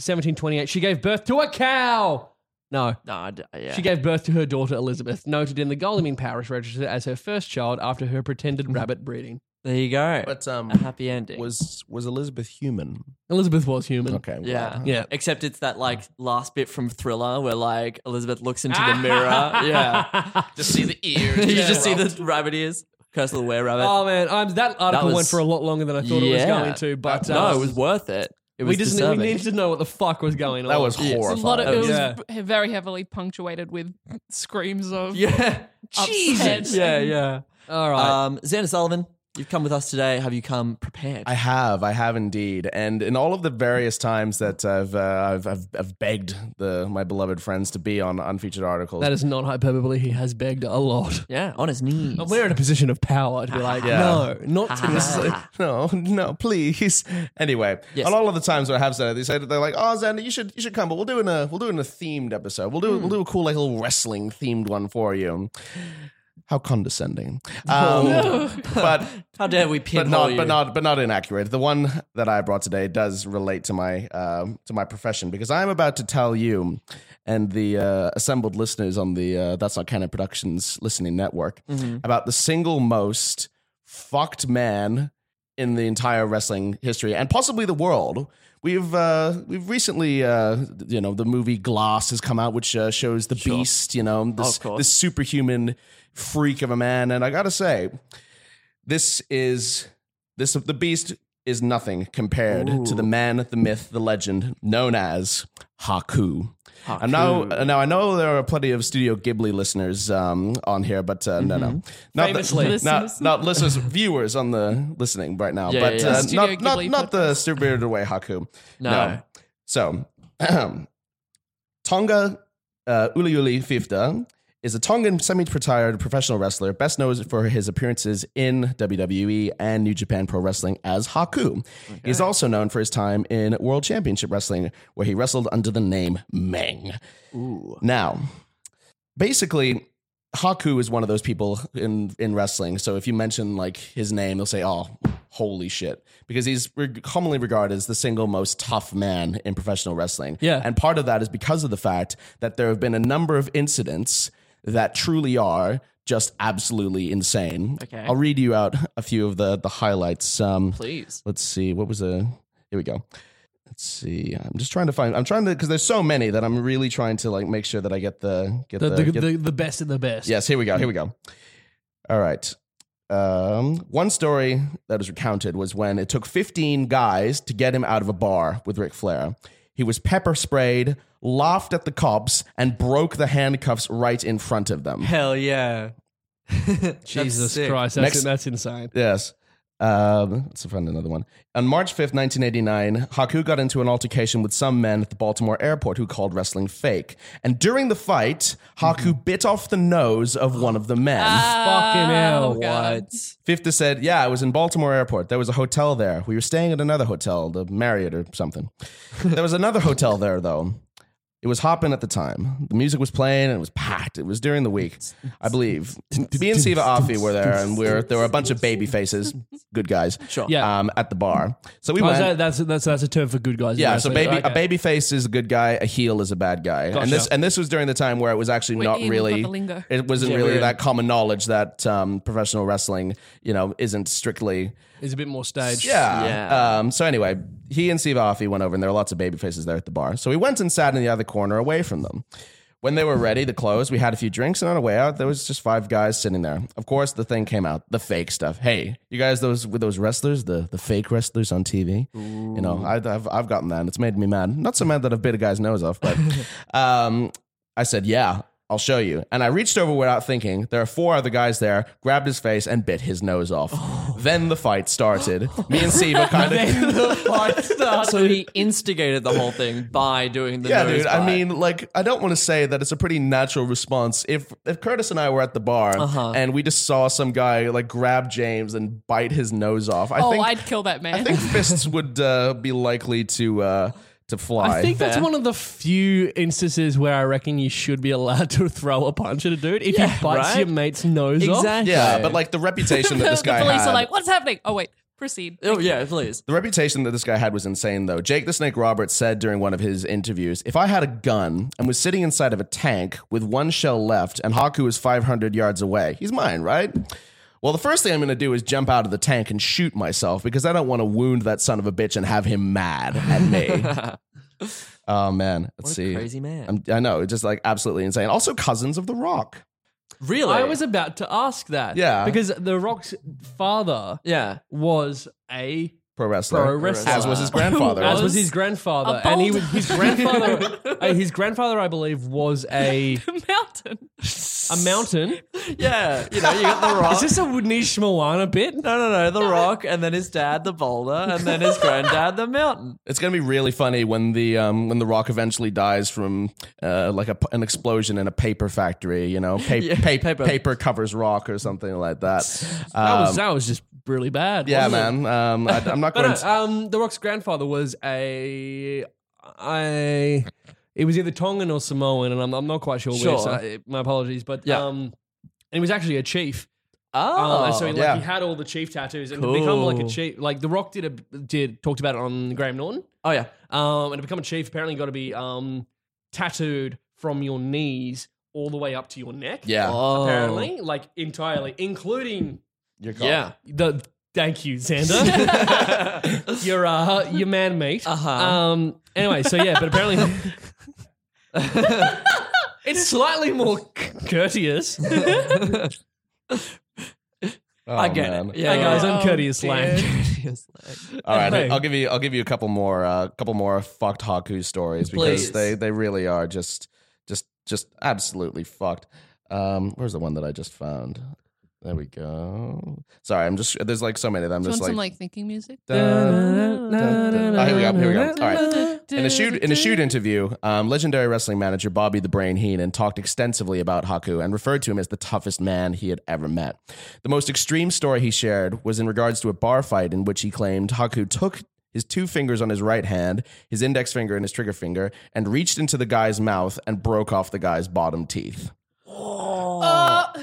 C: 1728, she gave birth to a cow. No,
B: No, I d- yeah.
C: she gave birth to her daughter Elizabeth, noted in the Godalming Parish Register as her first child after her pretended rabbit breeding.
B: there you go.
A: But um,
C: Uh-huh.
B: a happy ending.
A: was was Elizabeth human?
C: Elizabeth was human.
A: Okay. well,
B: yeah.
C: Yeah.
B: Except it's that like last bit from Thriller where like Elizabeth looks into the mirror. Yeah.
A: Just see the ears.
B: you just see the rabbit ears. Curse of the were rabbit.
C: Oh man, I'm, that article
B: was-
C: went for a lot longer than I thought it was
B: Yeah.
C: going to. But
B: no,
C: uh,
B: it was worth it. It It
C: we
B: was
C: just we
B: disturbing.
C: needed to know what the fuck was going on.
A: That was
B: Yes.
D: A
A: horrifying.
D: lot of, it was
C: Yeah.
D: v- very heavily punctuated with screams of
B: yeah.
D: upset.
C: yeah, yeah. All right.
B: Um, Xander Sullivan, you've come with us today. Have you come prepared?
A: I have, I have indeed, and in all of the various times that I've uh, I've, I've I've begged the my beloved friends to be on unfeatured articles,
C: that is not hyperbole. He has begged a lot.
B: yeah, on his knees.
C: And we're in a position of power to be like,
A: Yeah.
C: no, not to
A: This is like, no, no, please. Anyway,
B: Ah. Yes.
A: on all of the times where I have said it, they said they're like, "Oh, Xander, you should you should come, but we'll do in a we'll do in a themed episode. We'll
B: Hmm.
A: do we'll do a cool like little wrestling themed one for you." How condescending, um, but
B: How dare we
A: but
B: pinhole
A: not
B: Oh. you?
A: but not but not inaccurate. The one that I brought today does relate to my um, to my profession because I'm about to tell you and the uh, assembled listeners on the uh, That's Not Canon Productions listening network about the single most fucked man in the entire wrestling history and possibly the world. We've uh, we've recently uh, you know the movie Glass has come out, which uh, shows the beast, you know this
B: course.
A: this superhuman freak of a man, and I gotta say, this is this the beast is nothing compared to the man, the myth, the legend known as Haku.
B: Oh,
A: I'm now now I know uh, there are plenty of Studio Ghibli listeners um, on here, but uh, no, no, not
C: Famously.
A: the, not, not listeners, viewers on the listening right now,
B: Yeah,
A: but
B: yeah, yeah.
A: Uh,
D: Studio
A: not not
D: Ghibli
A: not the spirited away Haku.
B: No.
A: So, Tonga uh, Uliuli Fifta is a Tongan semi-retired professional wrestler, best known for his appearances in WWE and New Japan Pro Wrestling as Haku. He's also known for his time in World Championship Wrestling, where he wrestled under the name Meng.
B: Ooh.
A: Now, basically, Haku is one of those people in in wrestling. So if you mention like his name, they'll say, "Oh, holy shit," because he's reg- commonly regarded as the single most tough man in professional wrestling.
C: Yeah.
A: and part of that is because of the fact that there have been a number of incidents that truly are just absolutely insane.
B: Okay.
A: I'll read you out a few of the the highlights. Um,
B: Please.
A: let's see what was a here we go let's see i'm just trying to find i'm trying to because there's so many that i'm really trying to like make sure that i get the get
C: the,
A: the,
C: the,
A: get-
C: the, the best of the best.
A: yes here we go here we go all right um, one story that was recounted was when it took 15 guys to get him out of a bar with Ric Flair. He was pepper sprayed, laughed at the cops, and broke the handcuffs right in front of them.
B: Hell yeah.
C: Jesus Christ, that's,
A: Next-
C: that's insane.
A: Yes. Um, let's find another one. On March 5th, 1989, Haku got into an altercation with some men at the Baltimore airport who called wrestling fake. And during the fight, Haku bit off the nose of one of the men.
C: Fucking hell.
D: God.
A: Fifth said, Yeah, I was in Baltimore airport. There was a hotel there. We were staying at another hotel, the Marriott or something. there was another hotel there, though. It was hopping at the time. The music was playing and it was packed. It was during the week, I believe. Me and Siva Afi were there, and we were, there were a bunch of baby faces, good guys,
B: Sure.
C: Yeah.
A: um, at the bar. So we
C: Oh,
A: went.
C: is that- that's, that's, that's a term for good guys. in
A: yeah, so
C: wrestling.
A: baby, a
C: Okay.
A: baby face is a good guy, a heel is a bad guy,
C: Gotcha.
A: and this and this was during the time where it was actually
D: We're
A: not
D: in, we've got
A: really
D: the lingo.
A: it wasn't
B: Yeah,
A: really
B: we're in.
A: that common knowledge that um, professional wrestling, you know, isn't strictly
C: It's a bit more staged.
A: yeah.
B: Yeah.
A: Um, so anyway, he and Steve Offee went over, and there were lots of baby faces there at the bar. So we went and sat in the other corner away from them. When they were ready to close, we had a few drinks, and on our way out, there was just five guys sitting there. Of course, the thing came out, the fake stuff. Hey, you guys, those with those wrestlers, the, the fake wrestlers on TV. You know, I, I've I've gotten that, and it's made me mad. Not so mad that I've bit a guy's nose off, but um, I said, "Yeah, I'll show you." And I reached over without thinking. There are four other guys there. Grabbed his face and bit his nose off.
D: Oh.
A: Then the fight started. Me and Siva kind of.
B: so he instigated the whole thing by doing the
A: Yeah,
B: nose
A: dude. I
B: bite.
A: mean, like, I don't want to say that it's a pretty natural response. If if Curtis and I were at the bar
D: Uh-huh.
A: and we just saw some guy like grab James and bite his nose off, I
D: Oh,
A: think
D: I'd kill that man.
A: I think fists would uh, be likely to uh, to fly.
C: I think that's one of the few instances where I reckon you should be allowed to throw a punch at a dude if he bites
B: right?
C: your mate's nose off.
B: exactly.
A: yeah, but like the reputation that this
D: the
A: guy
D: police
A: had.
D: are like, "What's happening?" Oh wait, proceed.
B: oh yeah, please.
A: The reputation that this guy had was insane, though. Jake the Snake Roberts said during one of his interviews If I had a gun and was sitting inside of a tank with one shell left and Haku is 500 yards away, he's mine, right? Well, the first thing I'm going to do is jump out of the tank and shoot myself because I don't want to wound that son of a bitch and have him mad at me. oh, man. Let's
B: What a
A: see.
B: crazy man.
A: I'm, I know. It's just like absolutely insane. Also, cousins of The Rock.
B: really?
C: I was about to ask that.
A: Yeah.
C: Because The Rock's father
B: yeah.
C: was a
A: pro wrestler,
C: pro wrestler.
A: as was his grandfather.
C: As
D: Was
C: was his grandfather, and he was his grandfather. uh, his grandfather, I believe, was a
D: mountain.
C: a mountain.
B: Yeah, you know, you got the rock.
C: Is this a Woodnish Moana bit?
B: no, no, no, the rock, and then his dad, the boulder, and then his granddad, the mountain.
A: It's gonna be really funny when the um, when the Rock eventually dies from uh, like a, an explosion in a paper factory. You know, pa-
B: Yeah,
A: pa-
B: paper.
A: paper. covers rock or something like that.
C: That was
A: Um,
C: that was just really bad.
B: Oh,
A: yeah,
C: wasn't it?
A: man. Um, I, I'm not
C: But
A: going.
C: no,
A: to...
C: um, The Rock's grandfather was a I. It was either Tongan or Samoan, and I'm, I'm not quite sure,
B: Sure.
C: which. So I, my apologies, but
B: Yeah.
C: um, and he was actually a chief.
B: Oh,
C: um, and so he, like,
A: yeah.
C: he had all the chief tattoos, and to become like a
B: Cool.
C: chief, like The Rock did a did talked about it on Graham Norton.
B: oh yeah.
C: Um, and to become a chief, apparently you got to be um tattooed from your knees all the way up to your neck.
A: Yeah,
B: Oh.
C: apparently, like entirely, including
A: you're gone.
B: Yeah.
C: the thank you, Xander. your uh, your man mate.
B: Uh-huh.
C: Um. Anyway, so yeah, but apparently. It's slightly more c- courteous. Hi
A: Oh,
B: I get
A: man.
B: it. Yeah,
C: guys,
D: Oh,
C: I'm courteous
D: dear.
C: slang.
A: All right,
C: Hey.
A: I'll give you. I'll give you a couple more. Uh, couple more fucked haku stories because
B: Please.
A: they they really are just just just absolutely fucked. Um, where's the one that I just found? There we go. Sorry, I'm just. There's like so many. That I'm
D: Do you want
A: just
D: some
A: like.
D: like thinking music?
C: Uh,
A: dun, dun. Oh, here we go. Here we go. All right. In a shoot in a shoot interview, um, legendary wrestling manager Bobby the Brain Heenan talked extensively about Haku and referred to him as the toughest man he had ever met. The most extreme story he shared was in regards to a bar fight in which he claimed Haku took his two fingers on his right hand, his index finger and his trigger finger, and reached into the guy's mouth and broke off the guy's bottom teeth.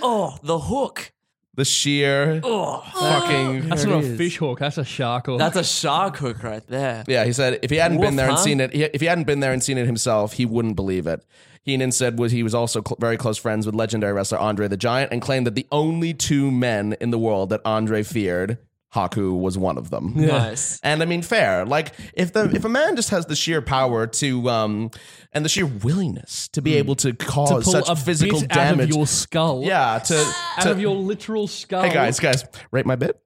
B: Oh, the hook.
A: The sheer
B: Oh,
A: fucking
C: That's not a fish hawk. That's a shark. Or
B: that's a shark hook right there.
A: Yeah, he said if he hadn't
B: Woof,
A: been there and
B: huh?
A: seen it, if he hadn't been there and seen it himself, he wouldn't believe it. Heenan said was he was also cl- very close friends with legendary wrestler Andre the Giant and claimed that the only two men in the world that Andre feared, Haku was one of them.
B: Nice.
A: And I mean, fair. Like if the if a man just has the sheer power to um and the sheer willingness to be able to
C: Hmm. to
A: cause
C: pull
A: such
C: a
A: physical
C: bit out
A: damage,
C: of your skull.
A: yeah, to,
C: out
A: to
C: of your literal skull.
A: hey guys, guys, rate my bit.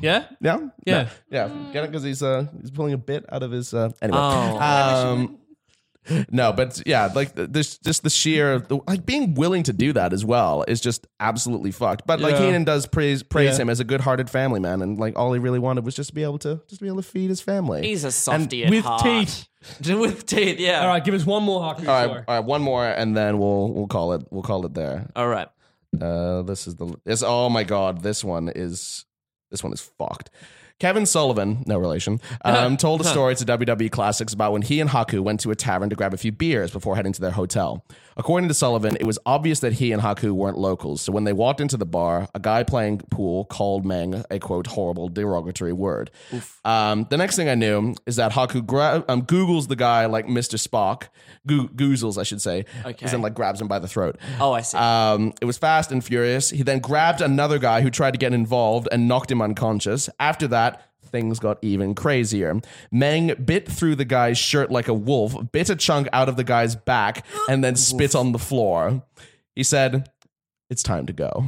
C: Yeah.
A: Yeah,
C: Yeah.
A: yeah, get it because he's uh he's pulling a bit out of his uh anyway.
B: Oh.
A: Um, no, but yeah, like th- this, just the sheer the, like being willing to do that as well is just absolutely fucked. But like
C: Yeah.
A: Heenan does praise praise
C: Yeah.
A: him as a good-hearted family man, and like all he really wanted was just to be able to just to be able to feed his family.
B: He's a softy at
C: With
B: heart.
C: teeth.
B: with teeth, yeah.
C: All right, give us one more haku.
A: all right,
C: story.
A: all right, one more, and then we'll we'll call it we'll call it there.
B: All right.
A: Uh, this is the this. Oh my god, this one is this one is fucked. Kevin Sullivan, no relation, um, told a story to WWE Classics about when he and Haku went to a tavern to grab a few beers before heading to their hotel. According to Sullivan, it was obvious that he and Haku weren't locals, so when they walked into the bar, a guy playing pool called Meng a quote horrible derogatory word. Um, the next thing I knew is that Haku gra- um, Googles the guy like Mr. Spock, Goo- Goozles, I should say,
B: Okay.
A: and like grabs him by the throat.
B: Oh, I see.
C: Uh,
A: Um, it was fast and furious. He then grabbed another guy who tried to get involved and knocked him unconscious. After that, things got even crazier. Meng bit through the guy's shirt like a wolf, bit a chunk out of the guy's back, and then spit on the floor. He said, It's time to go.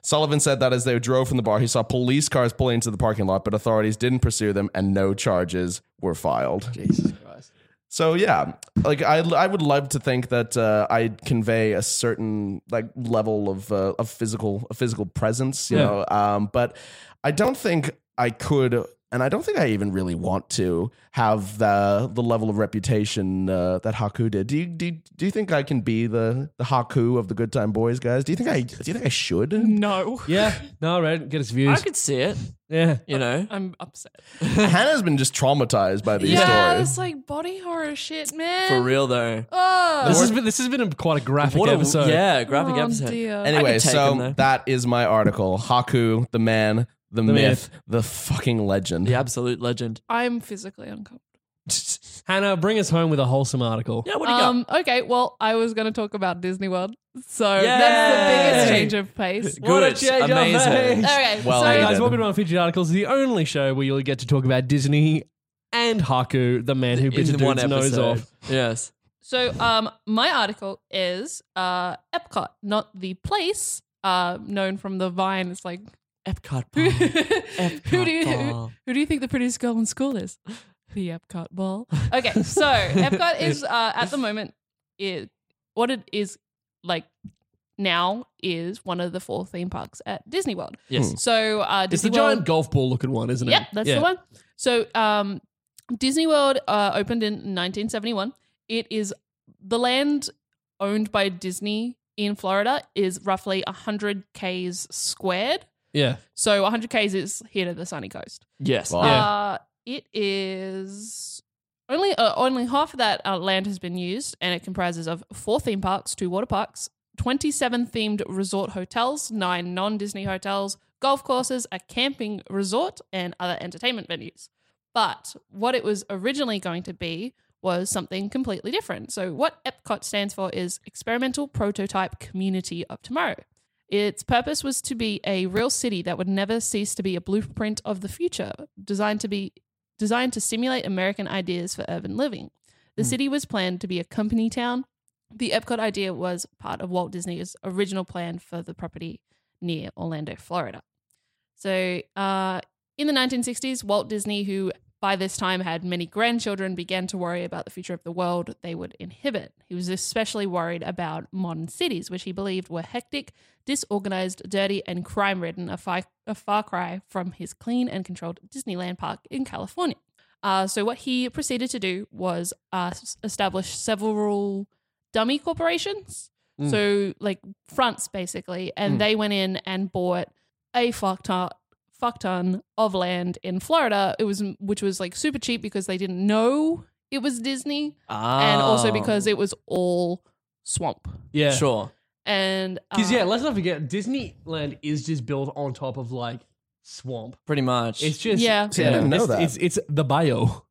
A: Sullivan said that as they drove from the bar, he saw police cars pulling into the parking lot, but authorities didn't pursue them and no charges were filed.
C: Jesus Christ.
A: So yeah, like I, I would love to think that uh, I convey a certain like level of uh, of physical of physical presence, you
C: Yeah.
A: know. Um, but I don't think I could, and I don't think I even really want to have the the level of reputation uh, that Haku did. Do you do, you- do you think I can be the the Haku of the Good Time Boys guys? Do you think I do you think I should?
D: No.
C: Yeah. No, right. Get us
B: I
C: views.
B: could see it,
C: yeah.
B: you know.
D: I'm upset.
A: Hannah's been just traumatized by these
D: yeah,
A: stories.
D: it's like body horror shit, man.
B: For real, though.
D: Oh,
C: This has been this has been a, quite a graphic
B: What a,
C: episode.
B: yeah, graphic
D: Oh,
B: episode.
D: dear.
B: I
A: Anyway,
B: could take
A: so
B: him, though.
A: that is my article. Haku, the man, the, myth, the fucking legend.
B: The absolute legend.
D: I'm physically uncomfortable.
C: Hannah, bring us home with a wholesome article.
B: Yeah, what do you
D: Um, okay, well, I was going to talk about Disney World, so
B: Yay!
D: that's the biggest change of pace.
B: got? Good.
C: change of
B: Amazing.
C: pace.
D: Okay,
A: Well,
C: Hey
A: I
D: so
C: guys,
A: did.
C: welcome to Unfeatured Articles, the only show where you'll get to talk about Disney and Haku, the man who bit a
B: In one
C: dude's nose
B: episode.
C: off.
B: Yes.
D: So, um, my article is uh, Epcot, not the place uh, known from the Vine. It's like
B: Epcot
C: Oh,
D: Who,
B: ball.
D: who do you who, who do you think the prettiest girl in school is? The Epcot ball. Okay, so Epcot is uh, at the moment is what it is like now is one of the four theme parks at Disney World.
C: Hmm.
B: Yes.
D: So uh,
C: It's
D: Disney
C: the
D: World,
C: giant golf ball looking one, isn't it?
D: Yep, that's the one. So um, Disney World uh, opened in 1971. It is the land owned by Disney in Florida is roughly 100 k's squared.
C: Yeah.
D: So 100 k's is here to the sunny coast.
B: Yes.
A: Wow.
C: Yeah.
D: Uh, it is only uh, only half of that uh, land has been used, and it comprises of four theme parks, two water parks, 27 themed resort hotels, nine non Disney hotels, golf courses, a camping resort, and other entertainment venues. But what it was originally going to be was something completely different. So, what EPCOT stands for is Experimental Prototype Community of Tomorrow. Its purpose was to be a real city that would never cease to be a blueprint of the future, designed to be designed to stimulate American ideas for urban living. The city was planned to be a company town. The Epcot idea was part of Walt Disney's original plan for the property near Orlando, Florida. So, uh, in the 1960s, Walt Disney, who by this time had many grandchildren, began to worry about the future of the world they would inhabit. He was especially worried about modern cities, which he believed were hectic, disorganized, dirty, and crime ridden, a, fi- a far cry from his clean and controlled Disneyland park in California. Uh, so, what he proceeded to do was uh, s- establish several dummy corporations.
C: Mm.
D: So, like fronts basically. And
C: Mm.
D: they went in and bought a fuck ton, fuck ton of land in Florida. It was, which was like super cheap because they didn't know it was Disney. And also
C: Oh.
D: because it was all swamp.
C: Yeah.
B: Oh. Sure.
D: And
C: Because
D: uh,
C: yeah, let's not forget Disneyland is just built on top of like swamp.
B: Pretty much.
C: It's just
D: Yeah.
A: See, I didn't know
C: it's,
A: that.
C: It's it's the bio.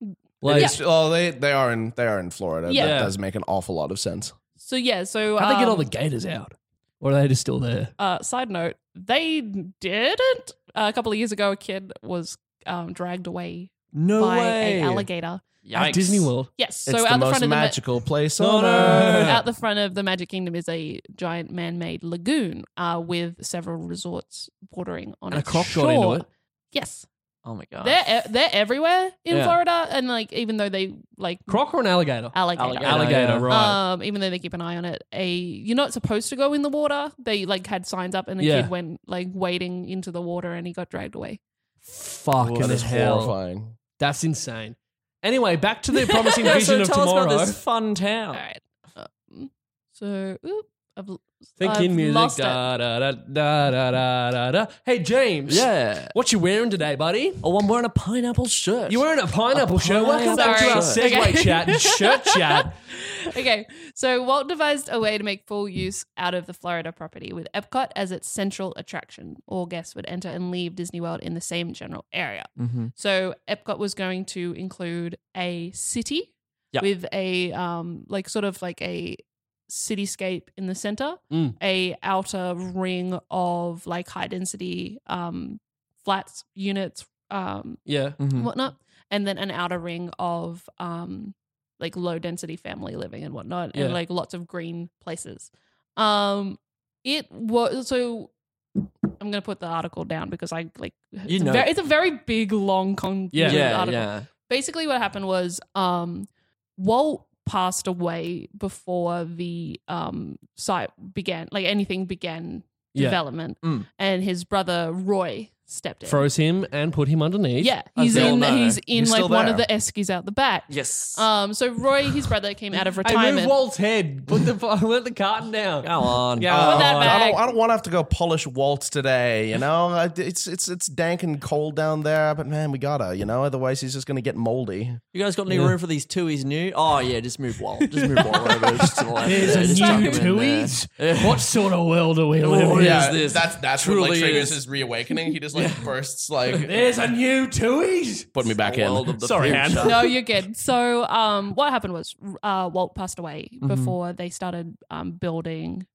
A: Like,
C: Like
A: oh, they they are in they are in Florida.
D: Yeah.
A: That does make an awful lot of sense.
D: So yeah, so
C: how they get all the
D: um,
C: gators out, or are they just still there?
D: uh, side note, they didn't. Uh, a couple of years ago, a kid was um, dragged away
C: No
D: by a alligator.
C: At Disney World.
D: Yes,
A: it's
D: so
A: the
D: out the
A: most
D: front of the ma-
A: magical place
C: No,
A: on
C: no,
A: earth.
C: no, no.
D: out the front of the Magic Kingdom is a giant man-made lagoon uh, with several resorts bordering on
C: And
D: its
C: a croc
D: shore.
C: got into it.
D: Yes,
B: Oh my god.
D: they're e-, they're everywhere in
C: Yeah.
D: Florida, and like even though they like
C: Croc or an alligator?
D: alligator.
B: Alligator.
C: Alligator,
B: Yeah.
C: right?
D: Um, even though they keep an eye on it, a you're not supposed to go in the water. They like had signs up, and a
C: Yeah.
D: kid went like wading into the water, and he got dragged away.
C: Fucking
A: that is
C: hell.
A: horrifying.
C: That's insane. Anyway, back to the promising
B: Yeah,
C: vision
B: so
C: of
B: tell
C: tomorrow.
B: us about this fun town.
C: Oh.
D: All right. Um, so, oop, I've, l-
C: Thinking
D: I've
C: music.
D: lost it.
C: Da, da, da, da, da, da, da, da. Hey James.
B: Yeah.
C: What you wearing today, buddy?
B: Oh, I'm wearing a pineapple shirt.
C: You wearing a pineapple shirt? Welcome back to our
D: Sorry.
C: segue
D: Okay.
C: chat and shirt chat.
D: okay. So Walt devised a way to make full use out of the Florida property with Epcot as its central attraction. All guests would enter and leave Disney World in the same general area.
B: Mm-hmm.
D: So Epcot was going to include a city
B: Yeah.
D: with a um like sort of like a cityscape in the center,
C: Mm.
D: a outer ring of like high density um flats units um
C: Yeah.
B: Mm-hmm.
D: and whatnot, and then an outer ring of um like low density family living and whatnot,
C: Yeah.
D: and like lots of green places. Um, it was so. I'm gonna put the article down because I like it's,
B: know.
D: a, very, it's a very big, long,
C: Yeah.
D: confusing
B: Yeah,
D: article.
B: yeah.
D: Basically, what happened was um, Walt passed away before the um site began, like anything began
C: Yeah.
D: development,
B: Mm.
D: and his brother Roy stepped in.
C: Froze him and put him underneath.
D: Yeah,
B: As
D: he's
B: they all
D: in,
B: know.
D: he's in
A: He's
D: like
A: still
D: one
A: there.
D: of the eskies out the back.
B: Yes.
D: Um, so Roy, his brother, came out of
C: Hey, move
D: retirement.
C: Walt's head. Put the let the carton down.
B: Go on.
C: Yeah.
A: Oh,
D: that
A: I
D: back.
A: don't, I don't want to have to go polish waltz today. You know, I- it's it's it's dank and cold down there. But man, we gotta. You know, otherwise he's just gonna get moldy.
B: You guys got any
C: Yeah.
B: room for these twoies new? Oh yeah, just move Walt. Just move Walt over. Just to the left.
C: There's
B: Yeah,
C: a
B: just chuck
C: new
B: him in there.
C: twoies.
B: Yeah.
C: What sort of world are we living
B: Oh,
C: in?
B: yeah. this?
A: that's
B: Truly is.
A: his reawakening. He just like bursts like.
C: There's a new twoies.
A: Put me back
B: World of the
C: Sorry,
B: future.
C: Anne.
D: no, you're good. So, um, what happened was uh, Walt passed away before they started um, building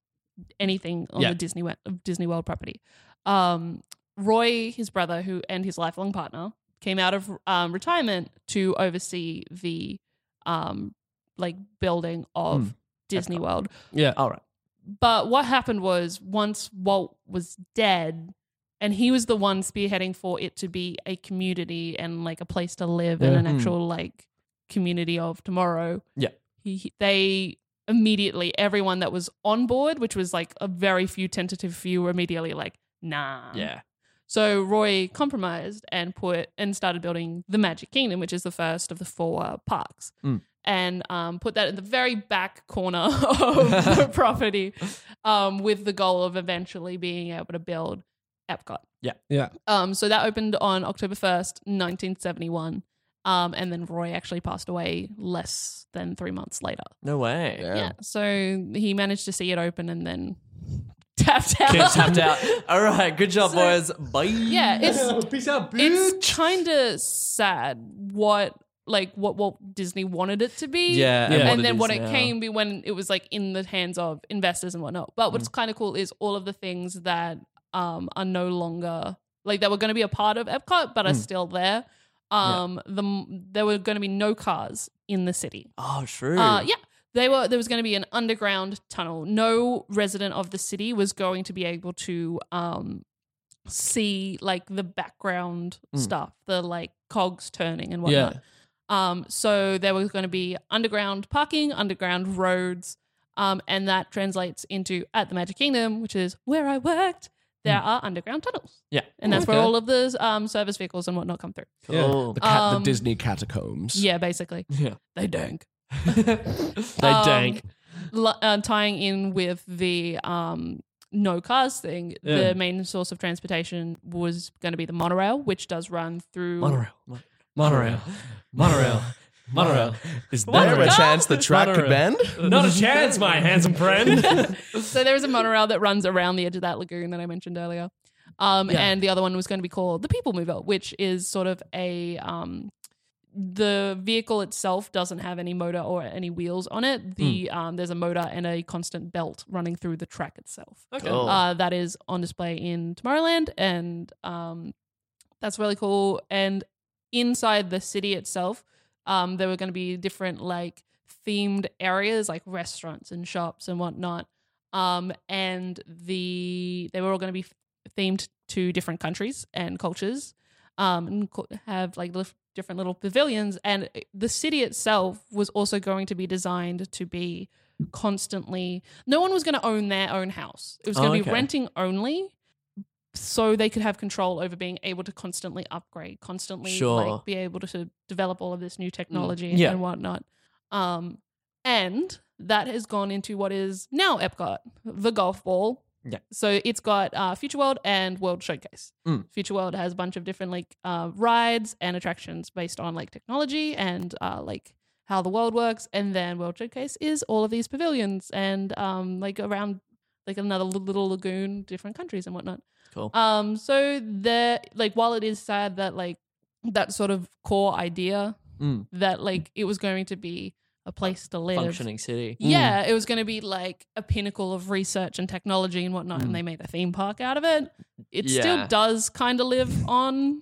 D: anything on
C: Yeah.
D: the Disney Wo- Disney World property. Um, Roy, his brother, who and his lifelong partner, came out of um, retirement to oversee the um, like building of
B: Mm.
D: Disney World.
C: Yeah.
B: All right.
D: But what happened was once Walt was dead, And he was the one spearheading for it to be a community and like a place to live and
C: Yeah.
D: an
B: Hmm.
D: actual like community of tomorrow.
B: Yeah.
D: He, he- they immediately everyone that was on board, which was like a very few tentative few, were immediately like, nah.
B: Yeah.
D: So Roy compromised and put and started building the Magic Kingdom, which is the first of the four parks,
B: Mm.
D: and um, put that in the very back corner of the property, um, with the goal of eventually being able to build Epcot.
B: Yeah.
C: Yeah.
D: Um, so that opened on October first, nineteen seventy one. Um, and then Roy actually passed away less than three months later.
B: No way.
A: Yeah.
D: Yeah. So he managed to see it open and then tapped out.
B: Kids tapped out. All right. Good job,
D: So-
B: boys. Bye.
D: Yeah, it's
C: Peace out,
B: Mm.
D: it's kind of sad what like what Walt Disney wanted it to be.
B: Yeah.
C: Yeah.
D: And
B: it
D: then
B: is
D: what it
B: now.
D: came be when it was like in the hands of investors and whatnot. But what's
B: Mm.
D: kind of cool is all of the things that um are no longer like that were going to be a part of Epcot but are
B: Mm.
D: still there. Um, the m there were going to be no cars in the city.
B: Oh, true.
D: Uh, yeah. They were there was going to be an underground tunnel. No resident of the city was going to be able to um see like the background
B: Mm.
D: stuff, the like cogs turning and
C: Yeah.
D: whatnot. Um so there was going to be underground parking, underground roads, um and that translates into at the Magic Kingdom, which is where I worked. There are underground tunnels,
B: Yeah.
D: and that's where
C: Okay.
D: all of the um, service vehicles and whatnot come through.
B: Cool.
A: The, cat, the
D: Um,
A: Disney catacombs.
D: Yeah, basically,
B: Yeah.
D: they dank.
C: They
D: Um,
C: dank.
D: l- uh, tying in with the um, no cars thing,
C: Yeah.
D: the main source of transportation was going to be the monorail, which does run through.
C: Monorail. Monorail. Monorail. Monorail.
A: Is
B: What
A: there a
B: the-
A: chance the track could
C: Monorail.
A: bend?
C: Not a chance, my handsome friend.
D: So there is a monorail that runs around the edge of that lagoon that I mentioned earlier. Um,
C: Yeah.
D: And the other one was going to be called the People Mover, which is sort of a. Um, the vehicle itself doesn't have any motor or any wheels on it. The
C: Hmm.
D: um, there's a motor and a constant belt running through the track itself.
C: okay.
A: Oh.
B: Cool.
D: uh, that is on display in Tomorrowland, and um, that's really cool. And inside the city itself, um, there were going to be different like themed areas, like restaurants and shops and whatnot. Um, and the they were all going to be themed to different countries and cultures, um, and co- have like lif- different little pavilions. And eh, the city itself was also going to be designed to be constantly. No one was going to own their own house. It was going
B: Oh,
D: to
B: okay.
D: be renting only, so they could have control over being able to constantly upgrade, constantly
B: Sure. Mm.
D: like be able to sort of develop all of this new technology
B: Yeah.
D: and whatnot. Um, and that has gone into what is now Epcot, the golf ball.
B: Yeah.
D: So it's got uh, Future World and World Showcase.
B: Mm.
D: Future World has a bunch of different like uh, rides and attractions based on like technology and uh, like how the world works. And then World Showcase is all of these pavilions and um, like around like another l- little lagoon, different countries and whatnot.
B: Cool.
D: Um, so there, like, while it is sad that like that sort of core idea
B: Mm.
D: that like it was going to be a place to live,
B: Functioning Mm. city. Hmm.
D: yeah, it was going to be like a pinnacle of research and technology and whatnot,
B: Mm.
D: and they made a theme park out of it. It
B: Yeah.
D: still does kind of live on.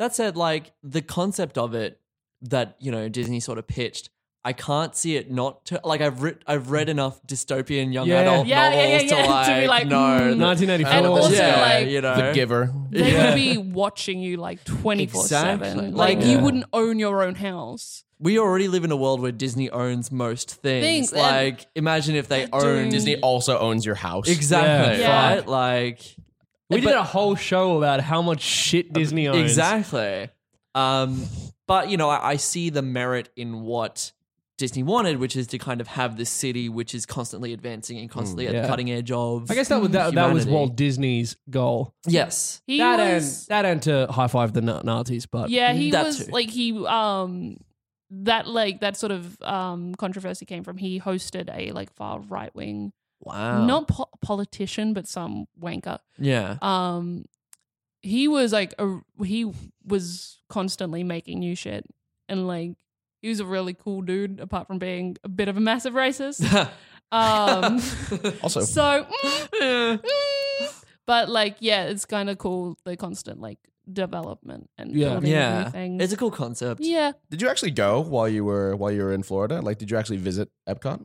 B: That said, like the concept of it that you know Disney sort of pitched, I can't see it not to like I've writ I've read enough dystopian young
C: Yeah.
B: adult
D: Yeah, yeah,
B: novels
D: yeah, yeah,
B: to like,
D: to be like,
B: no,
D: mm.
B: that-
C: 1984.
D: And also,
B: yeah,
D: like,
B: you know,
A: The Giver.
D: They
B: Yeah.
D: would be watching you like twenty four
B: Exactly.
D: seven. Like
B: Like,
D: you
B: yeah.
D: wouldn't own your own house.
B: we already live in a world where Disney owns most things.
D: Things, and-
B: like imagine if they
D: They're doing-
B: owned
A: Disney also owns your house.
B: exactly
D: Yeah.
B: right, like
C: we did
B: but- Uh,
C: a whole show about how much shit Disney owns.
B: Exactly. Um, but you know, I, I see the merit in what Disney wanted, which is to kind of have this city which is constantly advancing and constantly at
C: Mm, yeah.
B: the cutting edge of.
C: I guess that was that, that was
B: Humanity.
C: Walt Disney's goal.
B: yes.
D: He
C: that and
D: was,
C: that and to high five the Na- Nazis, but
D: yeah, he
B: That
D: was
B: too.
D: like he um that like that sort of um controversy came from he hosted a like far right wing
B: Wow.
D: not po- politician but some wanker
B: Yeah.
D: um he was like a he was constantly making new shit and like he was a really cool dude apart from being a bit of a massive racist um
A: Also,
D: so mm, mm. but like yeah it's kind of cool the constant like development and
C: Yeah.
D: building
B: yeah.
D: everything
B: It's a cool concept.
D: yeah
A: did you actually go while you were while you were in Florida? Like, did you actually visit Epcot?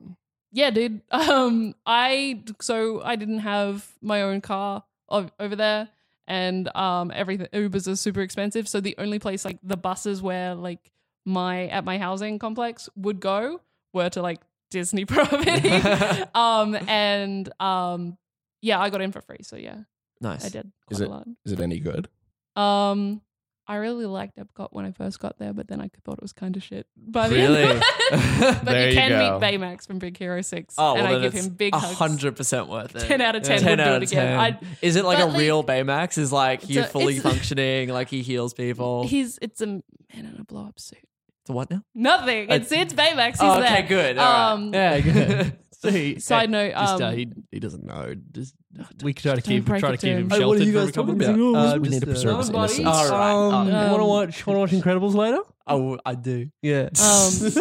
D: Yeah, dude. Um, I so I didn't have my own car o- over there, and um everything Ubers are super expensive. So the only place like the buses where like my at my housing complex would go were to like Disney property. um and um yeah, I got in for free. So yeah,
B: nice.
D: I did
A: Is
D: quite a lot.
A: Is it any good?
D: Um, I really liked Epcot when I first got there, but then I thought it was kind of shit. By the
B: Really?
D: end. but
A: There
D: you
A: you
D: can
A: go.
D: meet Baymax from Big Hero Six,
B: Oh, well,
D: and I
B: then
D: give
B: it's
D: him big hugs.
B: hundred percent worth it.
D: 10 out of 10 would do it again. I'd-
B: is it like
D: but,
B: a
D: like,
B: real Baymax? Is like
D: it's
B: he
D: a-
B: fully
D: it's-
B: functioning, like he heals people.
D: He's it's a man in a blow up suit.
B: the what now?
D: Nothing. It's it's Baymax. He's
B: Oh, okay,
D: there.
B: good. all
D: Um,
B: right.
C: Yeah, yeah. See,
D: Side note.
C: Just,
D: Um,
C: uh, he, he doesn't know. Just,
B: uh,
C: we could try to keep
D: break
C: try to
D: it
C: keep him
D: to
C: sheltered.
D: him.
C: from a couple of
A: about?
C: things.
A: Uh,
C: Uh,
A: we need to
C: just,
A: preserve
C: uh,
A: his
B: Nobody?
A: innocence.
B: All right.
C: Um,
D: Um,
C: want to watch? Want to watch Incredibles later?
B: I, w- oh, I do.
C: Yeah.
D: Um,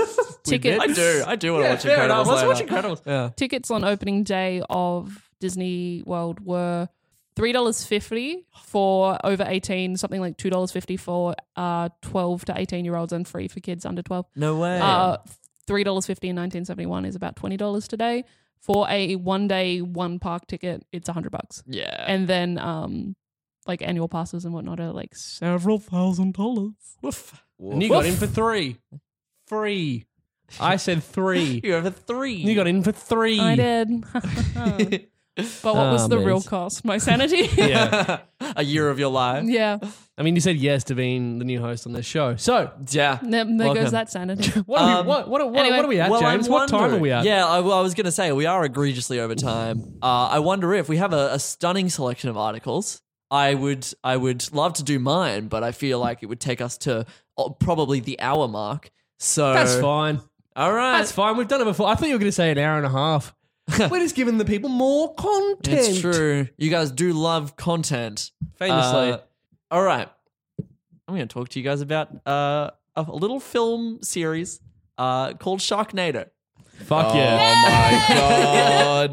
D: tickets.
B: I do. I do want to watch
C: fair
B: Incredibles.
C: enough. Let's
B: later.
C: watch Incredibles.
B: Yeah.
D: tickets on opening day of Disney World were three dollars fifty for over eighteen, something like two dollars fifty for uh twelve to eighteen year olds, and free for kids under twelve.
B: No way.
D: Uh, three dollars fifty in nineteen seventy one is about twenty dollars today for a one day one park ticket. It's a hundred bucks,
B: yeah.
D: and then um. Like annual passes and whatnot are like several thousand dollars.
B: Woof.
C: And you got in for three. Three. I said three.
B: You have a three.
C: you got in for three.
D: I did, but what
C: Ah,
D: was the
C: man.
D: real cost? My sanity.
C: Yeah.
B: a year of your life.
D: yeah.
C: I mean, you said yes to being the new host on this show. So,
B: Yeah.
D: There, there
B: Welcome.
D: goes that sanity.
C: what are,
B: Um,
C: we, what, what, what,
D: anyway,
C: what are we at,
B: Well,
C: James?
B: I'm
C: What time are we
B: wondering-
C: at?
B: Yeah, I, well, I was going to say we are egregiously over time. Uh, I wonder if we have a, a stunning selection of articles. I would, I would love to do mine, but I feel like it would take us to uh, probably the hour mark. So
C: That's fine.
B: All right,
C: That's fine. We've done it before. I thought you were going to say an hour and a half. We're just giving the people more content.
B: it's true. You guys do love content,
C: Famously.
B: Uh, all right, I'm going to talk to you guys about uh, a little film series uh, called Sharknado.
C: Fuck
A: Oh
C: yeah.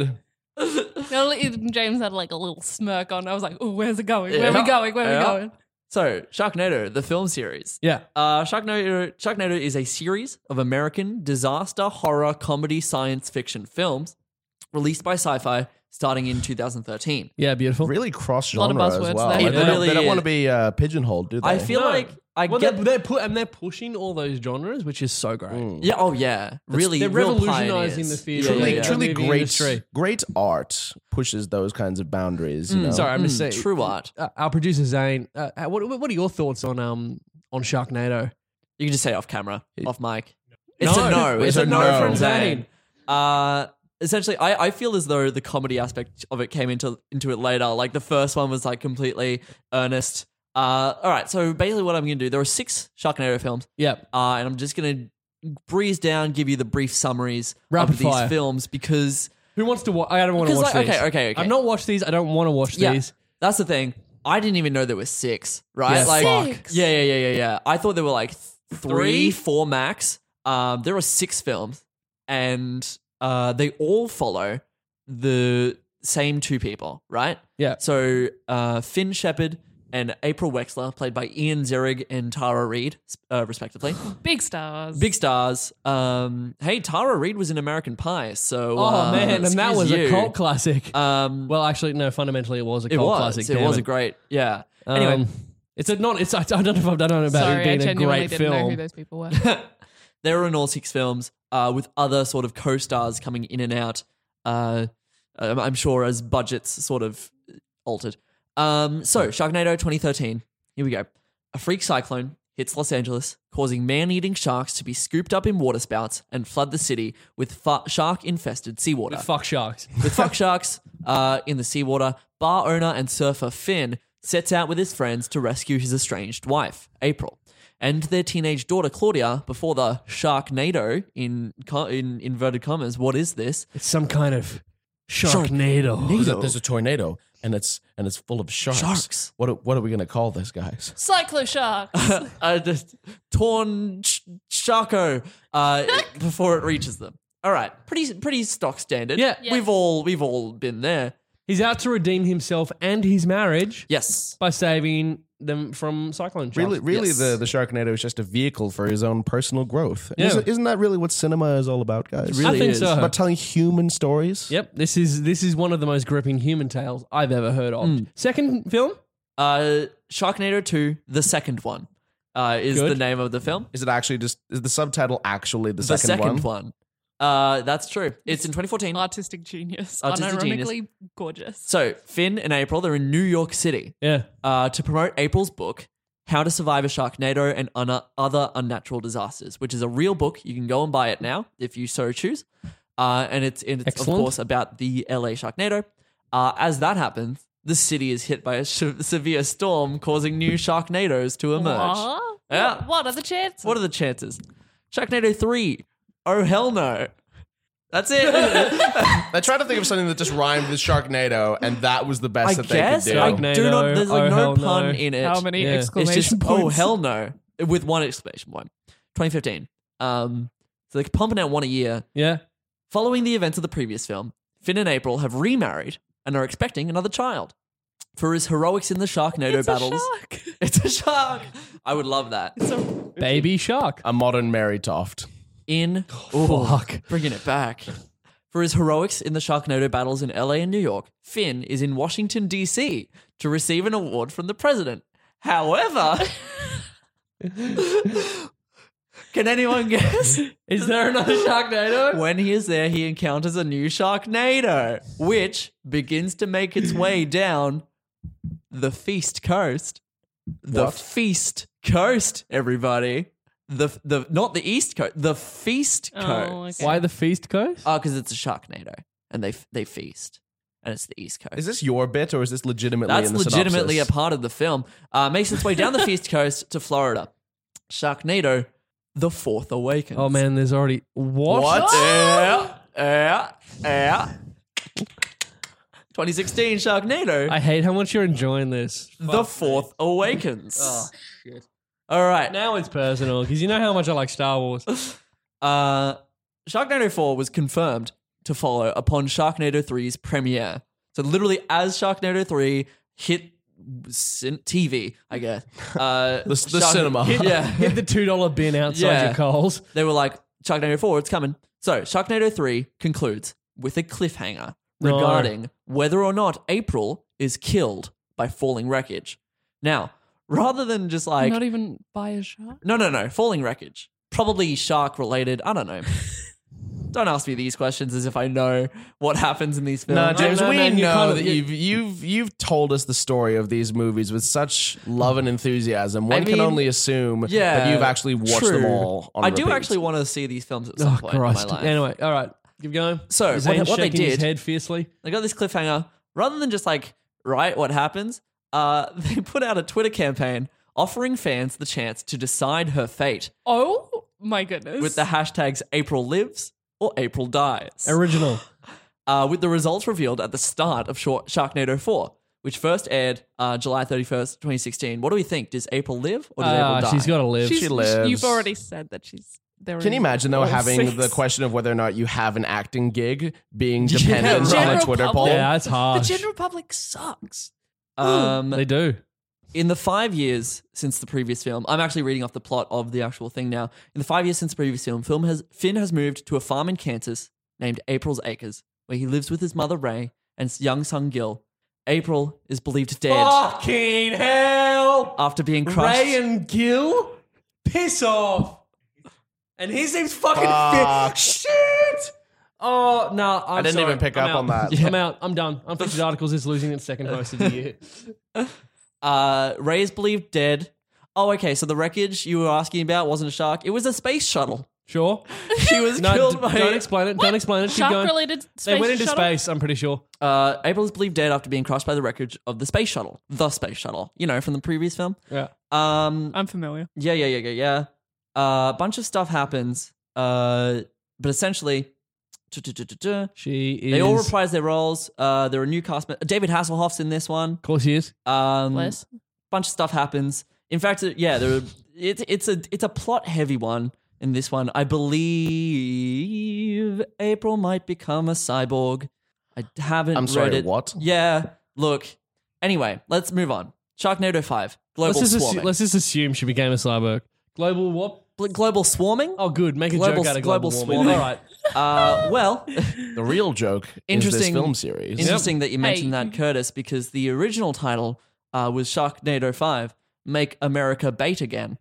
A: my god.
D: No, even James had like a little smirk on. I was like, "Oh, where's it going? Where
B: Yeah.
D: we going? Where
B: Yeah.
D: we going?"
B: So, Sharknado, the film series,
C: Yeah.
B: Uh, Sharknado, Sharknado is a series of American disaster horror comedy science fiction films released by Sci Fi starting in 2013.
C: Yeah, beautiful.
A: Really cross
D: Lot of
A: genre as
D: buzzwords
A: well.
D: there.
A: They
D: It
A: don't-
B: really
A: they don't
B: is.
A: want to be uh, pigeonholed, do they?
B: I feel
C: No.
B: like I
C: well,
B: get.
C: they're, they're pu- and they're pushing all those genres, which is so great.
B: yeah, oh, yeah. Really,
C: they're
B: real
C: revolutionizing
B: pioneers.
C: the field.
B: Yeah, yeah,
A: Hmm. truly,
C: yeah.
A: truly
C: Movie
A: great,
C: industry.
A: great art pushes those kinds of boundaries. You know?
C: Sorry, I'm
B: yeah.
C: just saying.
B: Mm, true art.
C: Uh, our producer Zane, uh, uh, what, what are your thoughts on um on Sharknado?
B: You can just say off camera, off mic. It's a
C: No.
B: no. It's,
A: It's
B: a,
A: a
B: no,
A: no.
B: from Zane.
C: Zane.
B: Uh, essentially, I, I feel as though the comedy aspect of it came into into it later. Like the first one was like completely earnest. Uh, all right, so basically, what I'm going to do, there are six Sharknado films,
C: Yeah,
B: uh, and I'm just going to breeze down, give you the brief summaries
C: Rapid
B: of these
C: fire.
B: films because
C: who wants to watch? I don't want to
B: Because,
C: watch
B: like,
C: these.
B: okay, okay, okay.
C: I've not watched these. I don't want to watch
B: Yeah.
C: these.
B: that's the thing. I didn't even know there were six, right?
C: Yeah,
B: like,
D: fuck. Six?
B: yeah, yeah, yeah, yeah, yeah. I thought there were like th-
C: Three?
B: three, four max. Um, there are six films, and uh, they all follow the same two people, right?
C: Yeah.
B: So uh, Finn Shepard and April Wexler, played by Ian Zerrig and Tara Reid, uh, respectively,
D: Big stars.
B: big stars. Um, hey, Tara Reid was in American Pie, so
C: Oh
B: uh,
C: man, and that
B: excuse
C: was
B: you.
C: a cult classic.
B: Um,
C: well, actually, no. Fundamentally, it was a
B: it
C: cult
B: was.
C: classic.
B: it
C: damn
B: was a great, yeah.
C: Um,
B: Anyway,
C: it's a not. It's I don't know if I've done it about
D: Sorry, I
C: it being a
D: genuinely
C: great
D: didn't know who
C: film.
D: those people were.
B: there are in all six films uh, with other sort of co-stars coming in and out. Uh, I'm I'm sure as budgets sort of altered. Um, so Sharknado 2013. Here we go. A freak cyclone hits Los Angeles, causing man-eating sharks to be scooped up in water spouts and flood the city with fa- shark-infested seawater.
C: Fuck sharks.
B: With fuck sharks uh, in the seawater, bar owner and surfer Finn sets out with his friends to rescue his estranged wife, April, and their teenage daughter, Claudia, before the Sharknado, in, co- in inverted commas, what is this?
C: It's some kind of sharknado.
A: Look, There's a tornado, and it's and it's full of sharks.
B: Sharks.
A: What are- what are we gonna call this, guys?
D: Cyclosharks.
B: uh, just torn sh- sharko uh, before it reaches them. All right, pretty pretty stock standard.
C: Yeah.
D: Yeah.
B: we've all we've all been there.
C: He's out to redeem himself and his marriage
B: Yes,
C: by saving them from cyclone sharks.
A: Really, really,
B: Yes.
A: the the Sharknado is just a vehicle for his own personal growth.
C: Yeah.
A: Isn't, isn't that really what cinema is all about, guys?
C: I
B: really
C: think
B: is.
C: so.
A: about telling human stories.
B: Mm.
C: Yep, this is this is one of the most gripping human tales I've ever heard of. Second film,
B: Uh, Sharknado 2, the second one, uh, is
C: Good.
B: the name of the film.
A: Is it actually just is the subtitle actually the,
B: the second one. Uh, that's true. It's in 2014.
D: Artistic genius.
B: Artistic genius.
D: Unironically gorgeous.
B: So Finn and April, they're in New York City
C: Yeah.
B: uh, to promote April's book, How to Survive a Sharknado and Un- Other Unnatural Disasters, which is a real book. You can go and buy it now if you so choose. Uh, and it's, and it's of
C: Excellent.
B: course, about the LA Sharknado. Uh, as that happens, the city is hit by a sh- severe storm, causing new Sharknadoes to emerge.
D: Aw.
B: Yeah.
D: What, what are the chances?
B: What are the chances? Sharknado 3. Oh, hell no. That's it.
A: I tried to think of something that just rhymed with Sharknado, and that was the best
B: I
A: that
B: guess.
A: they could do.
B: I
C: Sharknado,
B: do not. There's like
C: oh,
B: no
C: hell no.
B: pun in it.
D: How many
C: Yeah. It's
D: exclamation
B: it's just
D: points?
B: oh hell no with one exclamation point 2015 um so they're pumping out one a year
C: Yeah.
B: following the events of the previous film finn and april have remarried and are expecting another child for his heroics in the sharknado
D: It's a
B: battles
D: shark.
B: it's a shark i would love that
D: It's a
C: Baby shark.
B: Uh,
A: a modern Mary Toft.
B: in
C: fuck.
B: bringing it back for his heroics in the sharknado battles in la and new york finn is in washington d.c to receive an award from the president however can anyone guess
C: Is there another Sharknado?
B: When he is there, he encounters a new Sharknado, which begins to make its way down the Feast Coast. The
A: What?
B: Feast Coast, everybody. The the not the East Coast, the Feast
D: Oh,
B: Coast.
D: okay.
C: Why the feast coast?
B: Oh, because it's a Sharknado, and they they feast, and it's the East Coast.
A: Is this your bit, or is this legitimately?
B: That's
A: in the
B: legitimately
A: synopsis?
B: a part of the film. Uh, makes its way down the Feast Coast to Florida. Sharknado, the Fourth Awakens.
C: oh man, there's already what?
B: Yeah, yeah, yeah. 2016 Sharknado,
C: I hate how much you're enjoying this.
B: The Fourth Awakens. All right.
C: Now it's personal because you know how much I like Star Wars.
B: Uh, Sharknado 4 was confirmed to follow upon Sharknado 3's premiere. So, literally, as Sharknado 3 hit cin- TV, I guess. Uh,
A: The- the cinema.
B: Yeah.
C: Hit the two dollar bin outside
B: Yeah.
C: your Coles.
B: they were like, Sharknado 4, it's coming. So, Sharknado 3 concludes with a cliffhanger
C: No.
B: regarding whether or not April is killed by falling wreckage. Now, rather than just like,
D: not even by a shark.
B: no, no, no, falling wreckage, probably shark related, I don't know. don't ask me these questions as if I know what happens in these films.
A: No, James,
C: no,
A: we
C: man, you
A: know
C: kind of-
A: that
C: you-
A: you've you've you've told us the story of these movies with such love and enthusiasm. One can
B: mean,
A: only assume
B: yeah,
A: that you've actually watched them
B: true.
A: all. On
B: I do
A: repeat.
B: actually want to see these films at some
C: Oh
B: point in
C: Christ!
B: my life.
C: Anyway, all right, keep going.
B: So, what-
C: Zane's
B: what they
C: shaking his
B: did-
C: head fiercely.
B: They got this cliffhanger. Rather than just like write what happens, uh, they put out a Twitter campaign offering fans the chance to decide her fate
D: Oh my goodness.
B: with the hashtags April lives or April dies.
C: Original.
B: Uh, with the results revealed at the start of Shor- Sharknado 4, which first aired uh, July 31st, 2016. What do we think? Does April live or does
C: Ah,
B: April die?
C: she's got to live.
D: She's-
A: she lives.
D: You've already said that she's there.
A: Can you imagine though
D: all
A: having
D: six.
A: the question of whether or not you have an acting gig being
B: Yeah,
A: dependent on a
D: general
A: Twitter
D: public.
A: poll?
C: yeah, that's
D: The
C: harsh.
D: general public sucks.
B: um,
C: they do.
B: in the five years since the previous film, I'm actually reading off the plot of the actual thing now. In the five years since the previous film, film has Finn has moved to a farm in Kansas named April's Acres, where he lives with his mother Ray and his young son Gil. April is believed dead
D: Oh!
C: Fucking hell!
B: after being crushed.
C: and Gil, piss off. And his name's fucking
A: Fuck.
C: Shit. Oh no! I'm
A: I didn't even pick up on that.
C: I'm out. I'm done. Unfiltered articles is losing its second host of the year.
B: uh, Ray is believed dead. Oh, okay. So the wreckage you were asking about wasn't a shark; it was a space shuttle.
C: Sure.
B: She was
C: No,
B: killed
C: d-
B: by
C: don't explain it. Don't explain it. Keep
D: Shark
C: going.
D: related space.
C: They went into
D: shuttle?
C: space. I'm pretty sure.
B: Uh, April is believed dead after being crushed by the wreckage of the space shuttle, the space shuttle. You know from the previous film.
C: Yeah.
B: Um,
D: I'm familiar.
B: Yeah, yeah, yeah, yeah, yeah. Uh, a bunch of stuff happens, uh, but essentially, duh-duh-duh-duh-duh.
C: She is.
B: they all reprise their roles. Uh, there are new cast. mem- David Hasselhoff's in this one.
C: Of course, he is.
B: Um,
D: Bless.
B: bunch of stuff happens. In fact, it- yeah, there. Are, it's it's a it's a plot heavy one. In this one, I believe April might become a cyborg. I haven't.
A: I'm sorry,
B: read it.
A: what?
B: Yeah. Look. Anyway, let's move on. Sharknado Five. Global
C: Let's just, assu-
B: swarming.
C: let's just assume she became a cyborg. Global what?
B: global swarming.
C: Oh, good. Make a
B: Global-
C: joke out of global,
B: global
C: warming.
B: swarming.
C: All right.
B: Uh, well.
A: The real joke is this
B: Interesting-
A: film series.
B: Interesting that you mentioned
D: Hey.
B: that, Curtis, because the original title uh, was Sharknado 5 Make America Bait Again.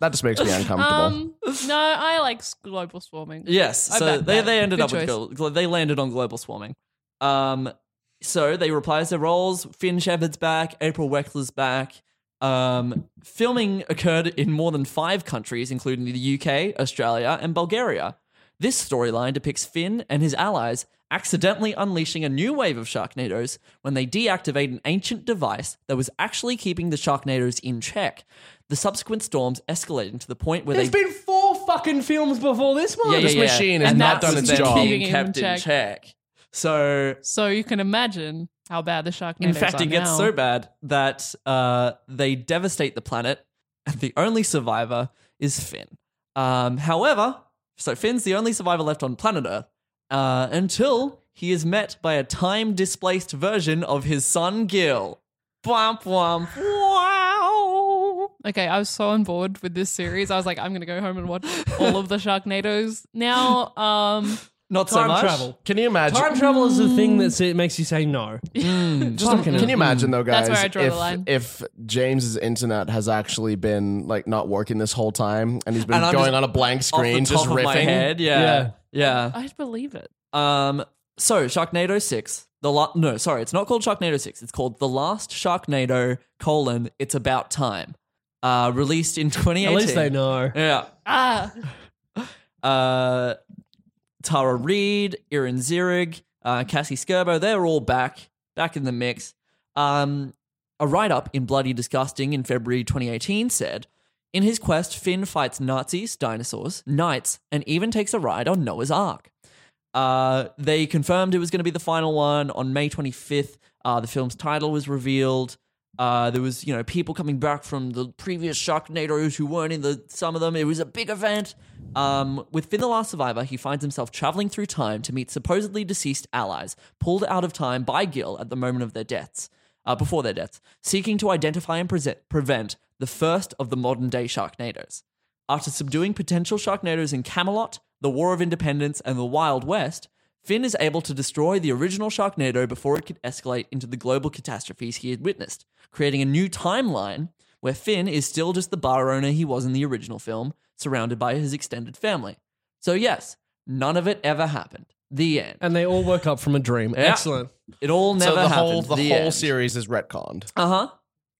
A: That just makes me uncomfortable.
D: Um, no, I like global swarming.
B: Yes.
D: I
B: so
D: back
B: they,
D: that.
B: they ended
D: Good
B: up with
D: choice.
B: glo- glo- they landed on global swarming. Um, so they reprised their roles. Finn Shepard's back. April Weckler's back. Um, filming occurred in more than five countries, including the UK, Australia, and Bulgaria. This storyline depicts Finn and his allies accidentally unleashing a new wave of Sharknadoes when they deactivate an ancient device that was actually keeping the Sharknadoes in check. The subsequent storms escalating to the point where
C: There's
B: they
C: been four fucking films before Oh, this one.
A: This machine has
B: And
D: not
B: that
D: done
B: was
D: its
B: them
D: job.
B: being
D: Keeping it
B: kept
D: in
B: in
D: check.
B: check. So,
D: So you can imagine how bad the shark.
B: in fact, it gets so bad that uh, they devastate the planet, and the only survivor is Finn. Um, however, so Finn's the only survivor left on planet Earth uh, until he is met by a time displaced version of his son Gil. Womp womp. Wow.
D: Okay, I was so on board with this series. I was like, I'm gonna go home and watch all of the Sharknadoes now. Um,
B: Not so
C: Time
B: much. Mm.
C: travel.
A: can you imagine?
C: Time travel is the thing that say- makes you say no.
A: Just
C: Fucking
A: can
C: hell.
A: you imagine though, guys?
D: That's where I draw the
A: if,
D: line.
A: if James's internet has actually been like not working this whole time, and he's been
B: And I'm
A: going
B: just
A: on a blank
B: Off
A: screen,
B: the
A: just
B: top of my
A: riffing.
B: head. Yeah. yeah.
D: I'd believe it.
B: Um, so Sharknado six. The la- no, sorry, it's not called Sharknado six. It's called The Last Sharknado: colon It's About Time. Uh, released in 2018.
C: At least they know.
B: Yeah.
D: Ah,
B: Uh, Tara Reid, Erin Zirig, uh, Cassie Skirbo, they're all back, back in the mix. Um, a write up in Bloody Disgusting in February 2018 said In his quest, Finn fights Nazis, dinosaurs, knights, and even takes a ride on Noah's Ark. Uh, they confirmed it was going to be the final one on May 25th. Uh, the film's title was revealed. Uh, there was, you know, people coming back from the previous Sharknadoes who weren't in the some of them. It was a big event. Um, with Finn the Last Survivor, he finds himself traveling through time to meet supposedly deceased allies pulled out of time by Gil at the moment of their deaths, uh, before their deaths, seeking to identify and present, prevent the first of the modern day Sharknadoes. After subduing potential Sharknadoes in Camelot, the War of Independence, and the Wild West, Finn is able to destroy the original Sharknado before it could escalate into the global catastrophes he had witnessed, creating a new timeline where Finn is still just the bar owner he was in the original film, surrounded by his extended family. So, yes, none of it ever happened. The end.
C: And they all woke up from a dream.
B: Yeah.
C: Excellent.
B: It all never
A: Uh, So the
B: happened.
A: whole the, whole series is retconned.
B: Uh huh.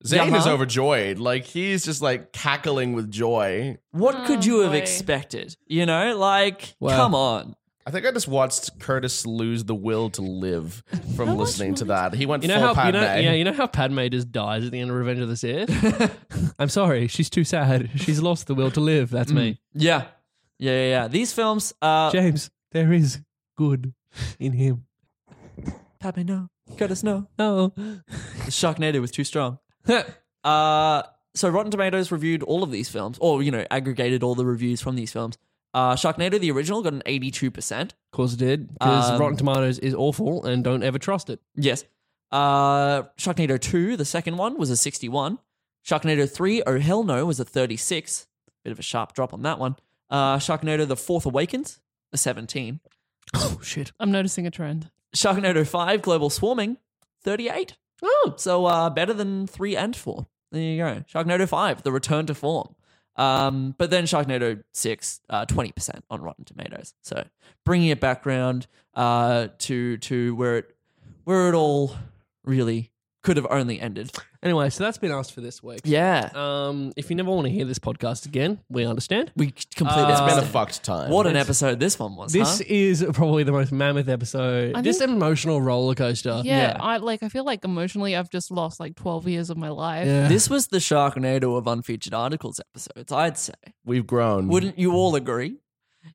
A: Zane is
B: Uh-huh.
A: overjoyed, like he's just like cackling with joy.
B: What could
D: Oh,
B: you have
D: boy.
B: expected? You know, like,
C: Wow.
B: come on.
A: I think I just watched Curtis lose the will to live from
D: How much
A: listening to
D: more
A: that. He went
C: You
A: full
C: know how
A: Padme.
C: you know, yeah, you know how Padme just dies at the end of Revenge of the Sith? I'm sorry, she's too sad. She's lost the will to live. That's me.
B: Yeah. Yeah, yeah, yeah. These films are.
C: James, there is good in him.
B: Padme, no. Curtis, no.
C: Oh.
B: The Sharknado was too strong. uh, so Rotten Tomatoes reviewed all of these films, or you know, aggregated all the reviews from these films. Uh, Sharknado, the original, got an eighty-two percent.
C: Cause it did. Because
B: Um,
C: Rotten Tomatoes is awful and don't ever trust it.
B: Yes. Uh, Sharknado two, the second one, was a sixty-one. Sharknado three, oh hell no, was a thirty-six. Bit of a sharp drop on that one. Uh, Sharknado, the Fourth Awakens, a seventeen.
C: Oh shit.
D: I'm noticing a trend.
B: Sharknado five, global swarming, thirty-eight.
C: Oh.
B: So uh, better than three and four. There you go. Sharknado 5, the return to form. Um, but then Sharknado 6, uh, 20% on Rotten Tomatoes. So bringing it back round uh, to, to where, it, where it all really could have only ended. Uh,
C: Anyway, so that's been asked for this week.
B: Yeah.
C: Um, if you never want to hear this podcast again, we understand.
B: We completely
C: It's
A: It's been a
B: understand.
A: fucked time.
B: Uh, What an episode this one was.
C: This
B: huh?
C: is probably the most mammoth episode.
D: I
C: Just an emotional roller
B: Uh,
C: coaster.
D: yeah, I like. I feel like emotionally, I've just lost like 12 years of my life.
C: Yeah.
B: This was the Sharknado of unfeatured articles episodes, I'd say.
A: we've grown.
B: Wouldn't you all agree?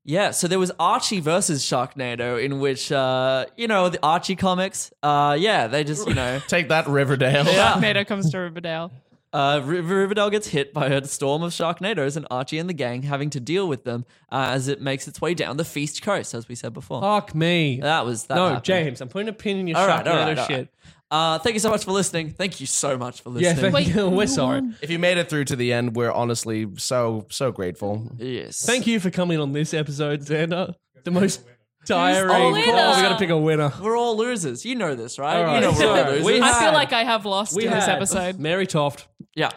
B: Yeah, so there was Archie versus Sharknado, in which uh, you know the Archie comics. Uh, yeah, they just you know
A: Take that, Riverdale.
D: Sharknado comes to Riverdale.
B: uh, Ri- Riverdale gets hit by a storm of Sharknadoes, and Archie and the gang having to deal with them uh, as it makes its way down the Feast Coast, as we said before.
C: Fuck me.
B: that was that.
C: Oh. no,
B: happened.
C: James, I'm putting a pin in your
B: All
C: all
B: right, all right, all right.
C: shit.
B: Uh, thank you so much for listening. Thank you so much for
C: Yeah,
B: listening.
C: thank
D: Wait,
C: you. We're
D: no
C: sorry.
D: one-
A: If you made it through to the end, we're honestly so so grateful.
B: yes,
C: Thank you for coming on this episode, Xander. The most Diary.
D: the
C: Oh, we
D: winner?
C: got to pick a winner.
B: We're all losers. You know this, right?
C: All
B: You
C: right.
B: know we're all
C: So,
B: losers.
C: we
D: I feel
C: had-
D: like I have lost in this
C: had
D: episode.
C: Mary Toft.
B: yeah.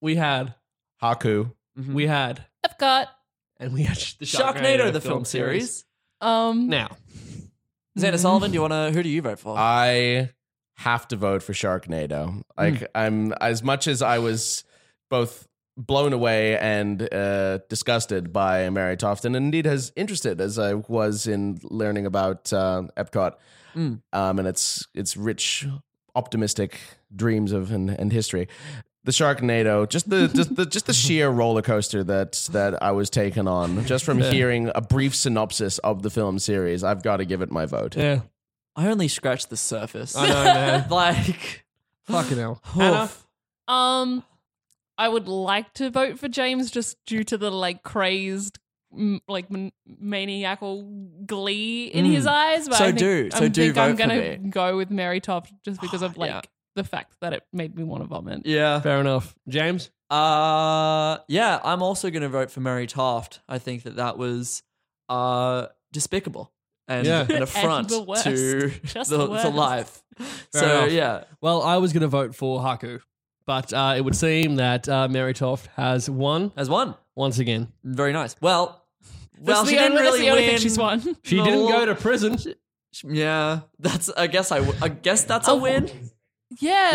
C: We had.
A: Haku.
C: We had.
D: I've got
C: And we had Mm-hmm. the
B: Sharknado, the film, series.
D: um
C: Now,
B: Xander
C: Mm-hmm.
B: Sullivan, do you want to? Who do you vote for?
A: I have to vote for Sharknado. Like I'm as much as I was both blown away and uh, disgusted by Mary Toft, and indeed as interested as I was in learning about uh, Epcot
B: Mm.
A: um, and its its rich, optimistic dreams of and, and history. The Sharknado, just the just the just the sheer roller coaster that that I was taken on just from
C: Yeah.
A: hearing a brief synopsis of the film series. I've got to give it my vote.
C: yeah,
B: I only scratched the surface.
C: I know, man.
B: like,
C: Fucking hell.
B: Hannah,
D: um I would like to vote for James just due to the like crazed m- like man- maniacal glee in
B: Mm.
D: his eyes. But
B: So
D: I think,
B: do- so
D: I
B: do
D: think
B: vote
D: I'm
B: for
D: gonna go with Mary Toft just because of
B: Yeah.
D: like the fact that it made me want to vomit.
B: yeah.
C: Fair enough. James.
B: Uh, yeah, I'm also going to vote for Mary Toft. I think that that was uh, despicable and
C: Yeah.
B: an affront
D: the worst.
B: to
D: Just
B: the,
D: the
B: to
D: worst.
B: life. so
C: enough.
B: yeah,
C: Well, I was going to vote for Haku, but uh, it would seem that uh, Mary Toft has won
B: as one,
C: once again.
B: very nice. Well,
D: That's
B: well,
D: the
B: she didn't
D: only- that's
B: really
D: the only
B: win.
D: thing she's won.
C: She
B: No.
C: didn't go to prison.
B: Yeah, that's. I guess I. w- I guess
D: Oh.
B: that's a win.
D: Yeah,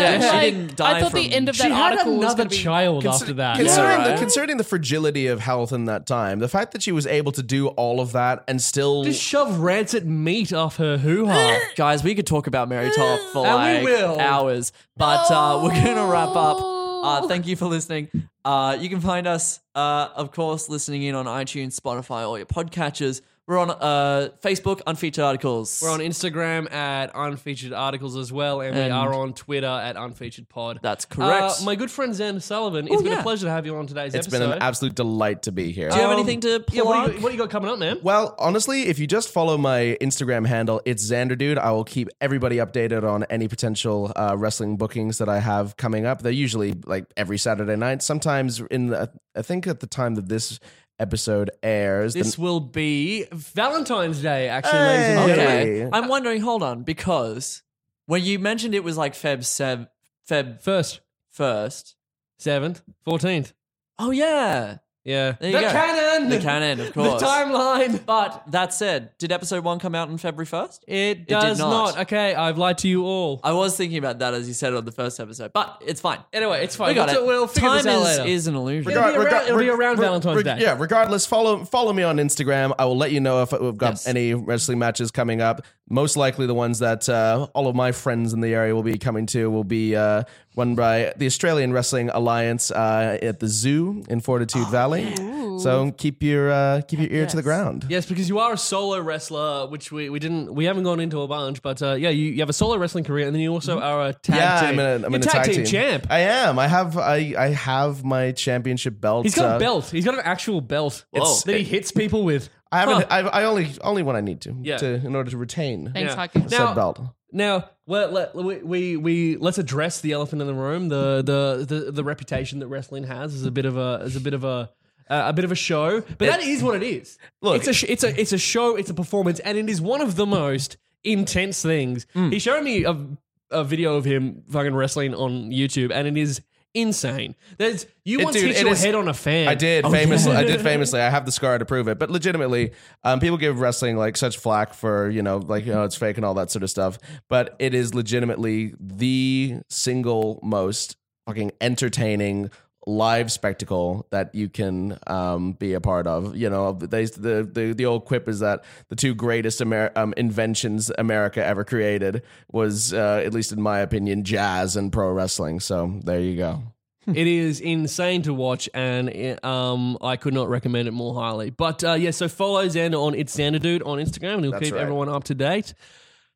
B: Yeah, she
D: like,
B: didn't die
D: I thought
B: from-
D: the end of
C: She
D: that
C: had
D: article was
C: another
D: gonna be
C: child after that.
A: Considering,
B: Yeah, right.
A: the, considering the fragility of health in that time, the fact that she was able to do all of that and still
C: Just shove rancid meat off her hoo ha.
B: Guys, we could talk about Mary Toft for like
C: And we will.
B: hours, but uh, we're going to wrap up. Uh,
D: Oh.
B: thank you for listening. Uh, you can find us, uh, of course, listening in on iTunes, Spotify, or your podcatchers. We're on uh, Facebook, Unfeatured Articles.
C: We're on Instagram at unfeatured articles as well, and, we
B: And-
C: are on Twitter at unfeatured pod.
B: That's correct.
C: Uh, my good friend Zen Sullivan,
B: Oh,
C: it's been
B: yeah.
C: a pleasure to have you on today's
A: it's been
C: episode.
A: an absolute delight to be here.
B: Do you have
C: Um,
B: anything to plug?
C: yeah, what do, you, what do you got coming up, man?
A: well, honestly, if you just follow my Instagram handle, it's Xander Dude. I will keep everybody updated on any potential uh, wrestling bookings that I have coming up. They're usually like every Saturday night. Sometimes in the, I think at the time that this episode airs, the-
C: This will be Valentine's Day, actually, ladies and
A: Hey.
C: gentlemen.
B: okay.
A: Yeah.
B: I'm wondering, hold on, because when you mentioned it was like Feb 7, Feb
C: First,
B: 1st.
C: seventh, fourteenth.
B: Oh, yeah.
C: Yeah,
B: There you
C: the
B: go.
C: canon,
B: The canon, of
C: The
B: course.
C: timeline.
B: But that said, did episode one come out on February 1st?
C: It
B: did
C: does
B: not.
C: not. Okay, I've lied to you all.
B: I was thinking about that as you said on the first episode, but it's fine.
C: Anyway, it's fine.
B: We got
C: We'll-
B: it.
C: we'll figure
B: Time
C: this out
B: is,
C: later.
B: is an illusion.
C: It'll be
A: Regar-
C: around-
A: regar-
C: it'll be
A: reg-
C: around
A: reg-
C: Valentine's
A: reg-
C: Day.
A: Yeah, regardless, follow follow me on Instagram. I will let you know if we've got
B: Yes.
A: any wrestling matches coming up. Most likely, the ones that uh, all of my friends in the area will be coming to will be uh, run by the Australian Wrestling Alliance uh, at the Zoo in Fortitude Valley. So keep your uh, keep your ear to the ground.
C: Oh, Yes, because you are a solo wrestler, which we, we didn't we haven't gone into a bunch, but uh, yeah, you, you have a solo wrestling career, and then you also are a tag
A: Yeah, I'm
C: team.
A: in a, I'm
C: You're
A: in a tag, team.
C: champ.
A: I am. I have. I, I have my championship belt.
C: He's got
A: uh,
C: a belt. He's got an actual belt
A: It's-
C: that he hits people with.
A: I haven't. I've, I only only one I need to,
C: Yeah.
A: to in order to retain
D: Thanks,
C: Yeah.
D: Haku.
A: said
C: Now-
A: belt.
C: Now, well, let, we, we we let's address the elephant in the room the the the, the reputation that wrestling has is a bit of a is a bit of a. Uh, a bit of a show, but that is what it is.
A: Look-
C: it's a sh- it's a it's a show, it's a performance, and it is one of the most intense things.
A: Mm.
C: He showed me a, a video of him fucking wrestling on YouTube, and it is insane. There's you
A: It-
C: once
A: dude,
C: hit
A: it
C: your
A: is-
C: head on a fan. Oh,
A: I did famously. I did famously. I have the scar to prove it. But legitimately, um, people give wrestling like such flack for you know like you know it's fake and all that sort of stuff. But it is legitimately the single most fucking entertaining live spectacle that you can um, be a part of. You know, they, the the the old quip is that the two greatest Amer- um, inventions America ever created was, uh, at least in my opinion, jazz and pro wrestling. So there you go.
C: it is insane to watch, and it, um, I could not recommend it more highly. But uh, yeah, so follow Xander on It's Xander Dude on Instagram, and he'll
A: That's
C: keep
A: right.
C: everyone up to date.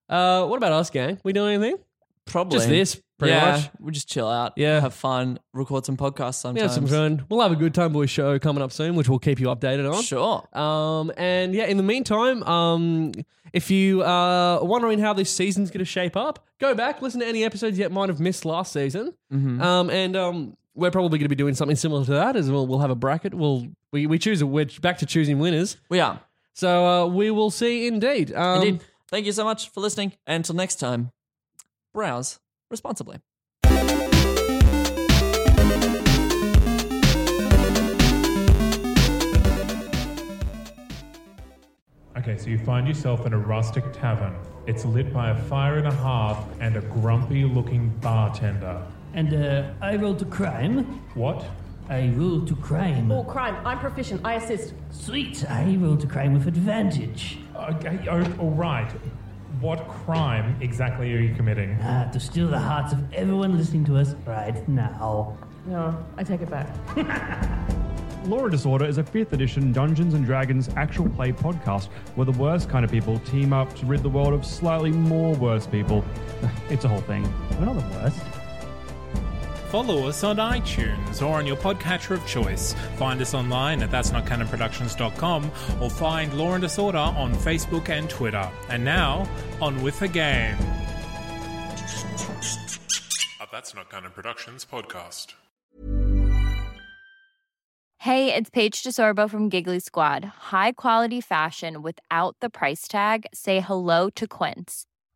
C: Uh, what about us, gang? We doing anything?
B: Probably.
C: Just this, pretty
B: yeah,
C: much.
B: We just chill out.
C: Yeah.
B: Have fun. Record some podcasts
C: We
B: sometimes.
C: have some fun. We'll have a good time boy show coming up soon, which we'll keep you updated on.
B: Sure.
C: Um, and yeah, in the meantime, um, if you uh, are wondering how this season's going to shape up, go back, listen to any episodes you might have missed last season. Um, and um, we're probably going to be doing something similar to that as well. We'll have a bracket. We'll we, we choose a we're back to choosing winners.
B: We are.
E: So uh, we will see indeed. Um,
B: Indeed. Thank you so much for listening. And until next time, browse responsibly.
F: Okay, so you find yourself in a rustic tavern. It's lit by a fire and a hearth and a grumpy looking bartender.
G: And uh, I roll to crime.
F: What?
G: I roll to crime.
H: Or crime. I'm proficient. I assist.
G: Sweet, I roll to crime with advantage.
F: Okay, o- all right. What crime exactly are you committing?
G: Ah, to steal the hearts of everyone listening to us right now.
H: No, I take it back.
C: Law & Disorder is a 5th edition Dungeons and Dragons actual play podcast where the worst kind of people team up to rid the world of slightly more worse people. It's a whole thing. We're not the worst.
I: Follow us on iTunes or on your podcatcher of choice. Find us online at that'snotcanonproductions.com or find Law and Disorder on Facebook and Twitter. And now, on with the game.
F: Uh, that's not Gunner Productions podcast.
D: Hey, it's Paige DeSorbo from Giggly Squad. High quality fashion without the price tag. Say hello to Quince.